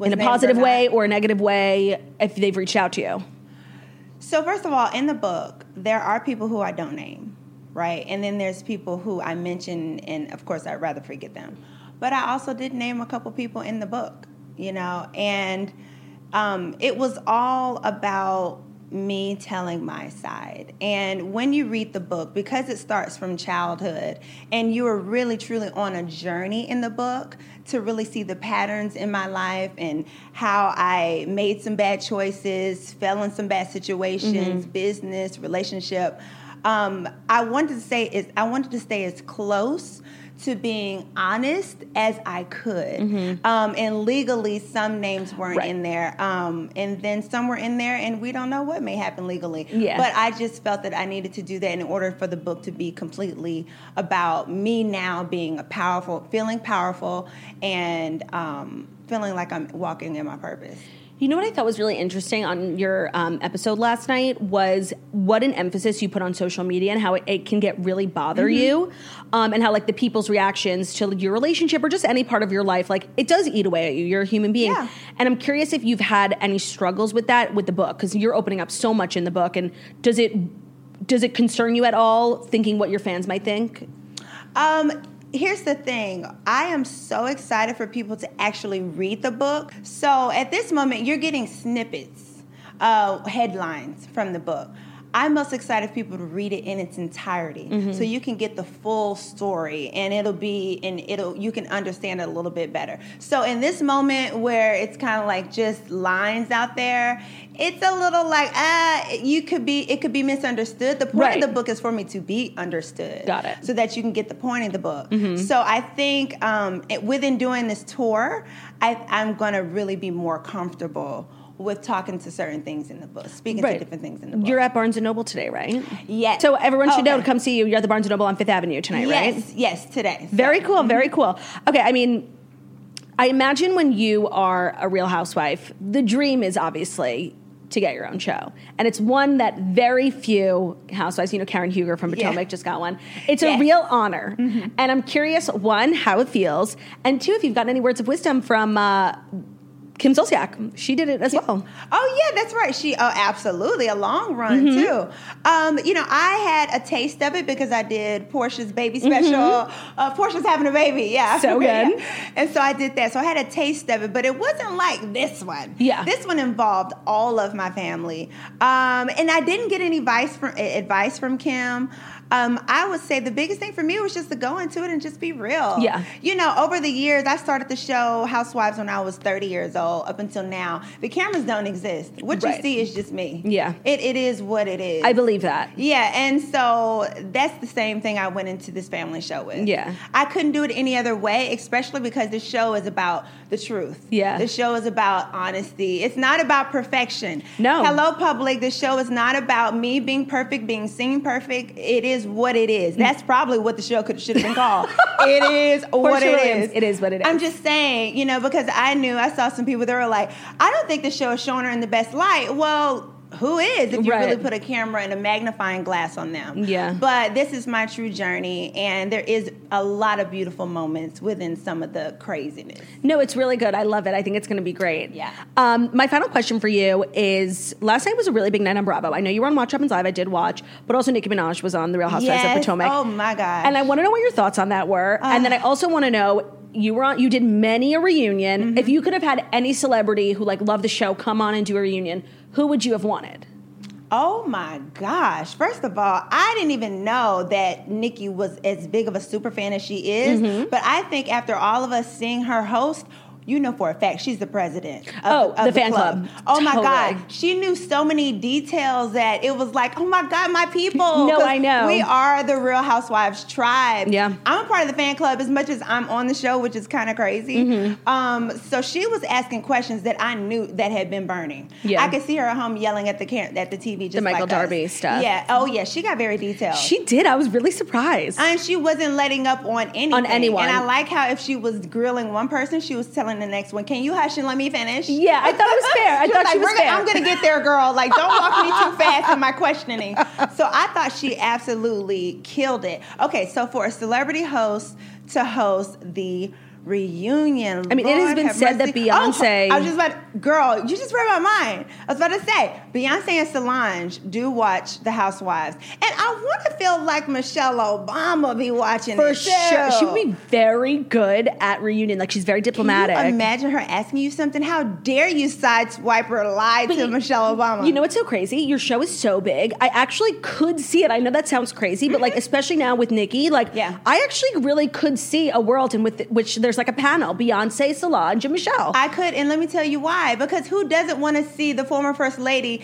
S2: in a
S4: named or
S2: positive
S4: not.
S2: way or a negative way, if they've reached out to you.
S4: So, first of all, in the book, there are people who I don't name, right? And then there's people who I mention, and of course, I'd rather forget them. But I also did name a couple people in the book, you know, and um, it was all about me telling my side. And when you read the book, because it starts from childhood, and you are really truly on a journey in the book to really see the patterns in my life and how I made some bad choices, fell in some bad
S5: Mm-hmm.
S4: situations, business, relationship. Um, I wanted to say is I wanted to stay as close to being honest as I could. Um, and legally, some names weren't
S5: Mm-hmm. Right.
S4: in there. Um, and then some were in there, and we don't know what may happen legally.
S5: Yeah.
S4: But I just felt that I needed to do that in order for the book to be completely about me now being a powerful, feeling powerful, and um, feeling like I'm walking in my purpose.
S2: You know what I thought was really interesting on your um, episode last night was what an emphasis you put on social media and how it, it can get really
S4: Mm-hmm.
S2: bother you, um, and how like the people's reactions to your relationship or just any part of your life, like it does eat away at you. You're a human being,
S4: Yeah.
S2: and I'm curious if you've had any struggles with that with the book because you're opening up so much in the book, and does it does it concern you at all thinking what your fans might think?
S4: Um, here's the thing I am so excited for people to actually read the book. So at this moment, you're getting snippets, uh, headlines from the book. I'm most excited for people to read it in its entirety, so you can get the full story, and it'll be and it'll you can understand it a little bit better. So in this moment where it's kind of like just lines out there, it's a little like ah, you could be it could be misunderstood. The point
S2: Right.
S4: of the book is for me to be understood
S2: Got it. Mm-hmm.
S4: so that you can get the point of the book. So I think um, it, within doing this tour, I, I'm going to really be more comfortable with talking to certain things in the book, speaking to
S2: Right.
S4: different things in the book.
S2: You're at Barnes and Noble today, right?
S4: Yes. Oh,
S2: So everyone should know
S4: Okay.
S2: to come see you. You're at the Barnes and Noble on Fifth Avenue tonight, right?
S4: yes, yes, today. So-
S2: Very cool. Very
S4: Mm-hmm.
S2: cool. Okay, I mean, I imagine when you are a Real Housewife, the dream is obviously to get your own show, and it's one that very few housewives, you know, Karen Huger from
S4: Yeah.
S2: Potomac just got one. It's a
S4: Yes. Mm-hmm.
S2: real honor, and I'm curious one how it feels, and two if you've gotten any words of wisdom from. Uh, Kim Zolciak, she did it as well.
S4: Oh yeah, that's right. She oh absolutely a long
S2: Mm-hmm.
S4: run too. Um, you know, I had a taste of it because I did Portia's baby special. Uh, Portia's having a baby, yeah.
S2: Mm-hmm. So good.
S4: Yeah. And so I did that. So I had a taste of it, but it wasn't like this one.
S2: Yeah.
S4: This one involved all of my family, um, and I didn't get any advice from a- advice from Kim. Um, I would say the biggest thing for me was just to go into it and just be real.
S2: Yeah.
S4: You know, over the years, I started the show Housewives when I was 30 years old up until now. The cameras don't exist. What
S2: Right.
S4: you see is just me.
S2: Yeah.
S4: It, it is what it is.
S2: I believe that.
S4: Yeah, and so that's the same thing I went into this family show with.
S2: Yeah.
S4: I couldn't do it any other way, especially because the show is about the truth.
S2: Yeah.
S4: The show is about honesty. It's not about perfection.
S2: No.
S4: Hello, public. The show is not about me being perfect, being seen perfect. It is what it is. That's probably what the show could should have been called. it is what it is.
S2: Williams, it is what it
S4: I'm
S2: is.
S4: just saying, you know, because I knew I saw some people that were like, I don't think the show is showing her in the best light. Well, who is if you
S2: Right.
S4: really put a camera and a magnifying glass on them?
S2: Yeah.
S4: But this is my true journey, and there is a lot of beautiful moments within some of the craziness.
S2: No, it's really good. I love it. I think it's going to be great.
S4: Yeah.
S2: Um, my final question for you is: Last night was a really big night on Bravo. I know you were on Watch Happens Live. I did watch, but also Nicki Minaj was on The Real Housewives
S4: Yes.
S2: of Potomac.
S4: Oh, my gosh.
S2: And I want to know what your thoughts on that were, and then I also want to know you were on. You did many a reunion.
S4: Mm-hmm.
S2: If you could have had any celebrity who like loved the show come on and do a reunion, who would you have wanted?
S4: Oh my gosh. First of all, I didn't even know that Nikki was as big of a super fan as she is.
S2: Mm-hmm.
S4: But I think after all of us seeing her host, you know for a fact she's the president. Of,
S2: Oh,
S4: of
S2: the fan club.
S4: Oh my
S2: Totally.
S4: God. She knew so many details that it was like, oh my God, my people.
S2: No,
S4: 'Cause
S2: I know.
S4: We are the Real Housewives tribe.
S2: Yeah.
S4: I'm a part of the fan club as much as I'm on the show, which is kind of crazy.
S2: Mm-hmm.
S4: Um, so she was asking questions that I knew that had been burning.
S2: Yeah.
S4: I could see her at home yelling at the can- at the TV just
S2: The Michael
S4: like us.
S2: Darby stuff.
S4: Yeah. Oh yeah, she got very detailed.
S2: She did. I was really surprised.
S4: and she wasn't letting up on anything.
S2: anyone.
S4: And I like how if she was grilling one person, she was telling the next one, "Can you hush and let me finish?"
S2: yeah, I thought it was fair. I
S4: She was
S2: thought
S4: like,
S2: she was
S4: "We're gonna-
S2: fair.
S4: I'm gonna get there, girl. Like, don't walk me too fast in my questioning. So I thought she absolutely killed it. Okay, so for a celebrity host to host the reunion,
S2: I mean, it has been
S4: have
S2: said that
S4: mercy. Oh,
S2: Beyonce-
S4: I was just about, girl, you just read my mind. I was about to say Beyonce and Solange do watch The Housewives, and I want to feel like Michelle Obama be watching
S2: for
S4: it
S2: sure.
S4: too.
S2: She would be very good at reunion. Like she's very diplomatic.
S4: Can you imagine her asking you something? How dare you sideswipe or lie
S2: But
S4: to
S2: you-
S4: Michelle Obama?
S2: You know what's so crazy? Your show is so big. I actually could see it. I know that sounds crazy, but like especially now with Nikki, like
S4: Mm-hmm. Yeah.
S2: I actually really could see a world in with which there's like a panel: Beyonce, Solange, and Michelle.
S4: I could, and let me tell you why. Because who doesn't want to see the former first lady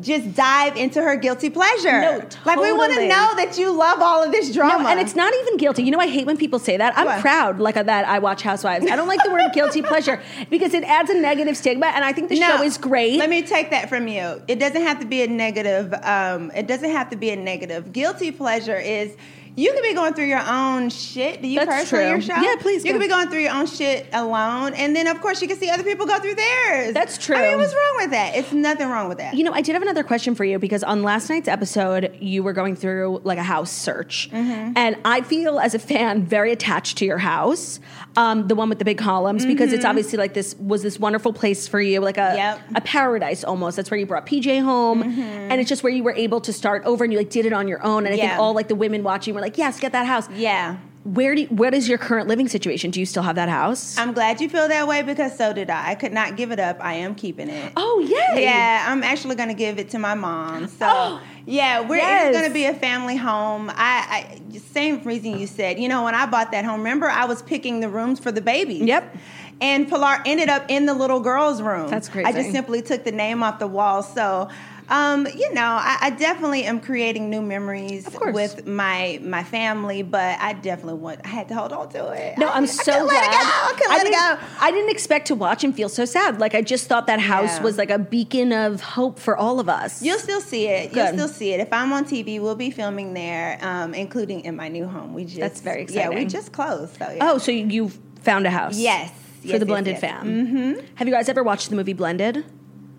S4: just dive into her guilty pleasure.
S2: No,
S4: Like we want to
S2: totally.
S4: know that you love all of this drama.
S2: No, and it's not even guilty. You know, I hate when people say that. I'm
S4: What?
S2: proud, like of that. I watch Housewives. I don't like the word guilty pleasure because it adds a negative stigma, and I think the show is great.
S4: Let me take that from you. It doesn't have to be a negative. Um, it doesn't have to be a negative. Guilty pleasure is you can be going through your own shit. Do you
S2: That's
S4: personally
S2: true.
S4: your show?
S2: Yeah, please
S4: You
S2: go.
S4: can be going through your own shit alone, and then of course you can see other people go through theirs.
S2: That's true.
S4: I mean, what's wrong with that? It's nothing wrong with that.
S2: You know, I did have another question for you because on last night's episode, you were going through like a house search,
S4: Mm-hmm.
S2: and I feel as a fan very attached to your house, um, the one with the big columns, because it's obviously like this was this wonderful place for you, like a
S4: Mm-hmm. Yep. Mm-hmm.
S2: a paradise almost. That's where you brought PJ home, and it's just where you were able to start over, and you like did it on your own. And I
S4: Yeah.
S2: think all like the women watching were like, "Yes, get that house."
S4: yeah.
S2: Where do you, what is your current living situation? Do you still have that house?
S4: I'm glad you feel that way because so did I. I could not give it up. I am keeping it.
S2: oh yay!
S4: Yeah, I'm actually going to give it to my mom. So, yeah, we're
S2: Yes.
S4: it's going to be a family home. I, I same reason you said. You know, when I bought that home, remember I was picking the rooms for the babies.
S2: Yep.
S4: And Pilar ended up in the little girl's room.
S2: That's
S4: I
S2: crazy.
S4: just simply took the name off the wall. So, um, you know, I, I definitely am creating new memories
S2: course.
S4: with my my family, but I definitely want. I had to hold on to it.
S2: No,
S4: I-
S2: I'm
S4: I
S2: so
S4: couldn't
S2: glad.
S4: Let it go. I couldn't let it
S2: didn't-
S4: go.
S2: I didn't expect to watch and feel so sad. Like I just thought that house
S4: Yeah.
S2: was like a beacon of hope for all of us.
S4: You'll still see it.
S2: Good.
S4: You'll still see it. If I'm on TV, we'll be filming there, um, including in my new home. We just
S2: That's very
S4: Yeah, we
S2: exciting.
S4: just closed. So yeah.
S2: oh, so you you found a house?
S4: Yes.
S2: For
S4: Yes,
S2: the
S4: yes,
S2: Blended
S4: yes.
S2: fam. Mm-hmm. Have you guys ever watched the movie Blended?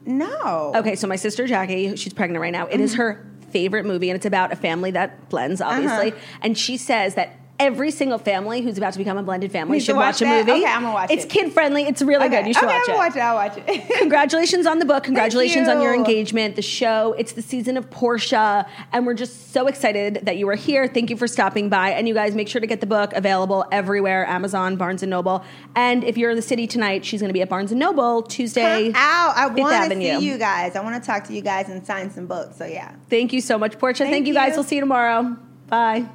S4: no.
S2: Okay, so my sister Jackie, she's pregnant right now. It
S4: Mm-hmm.
S2: is her favorite movie, and it's about a family that blends,
S4: Uh-huh.
S2: obviously. And she says that every single family who's about to become a blended family
S4: Needs to
S2: should watch,
S4: watch
S2: a
S4: that?
S2: movie.
S4: Okay, I'm gonna watch
S2: it's
S4: it.
S2: It's kid friendly. It's really
S4: Okay.
S2: good. You should
S4: okay,
S2: watch
S4: I'm
S2: it.
S4: Watch it. I'll watch it.
S2: Congratulations on the book. Congratulations on your
S4: you.
S2: engagement, the show. It's the season of Portia, and we're just so excited that you are here. Thank you for stopping by. And you guys make sure to get the book available everywhere Amazon, Barnes and Noble. And if you're in the city tonight, she's going to be at Barnes and Noble Tuesday.
S4: Come out. I
S2: Fifth
S4: want to
S2: Avenue.
S4: see you guys. I want to talk to you guys and sign some books. So yeah.
S2: Thank you so much, Portia. Thank, you guys.
S4: you.
S2: We'll see you tomorrow. Bye.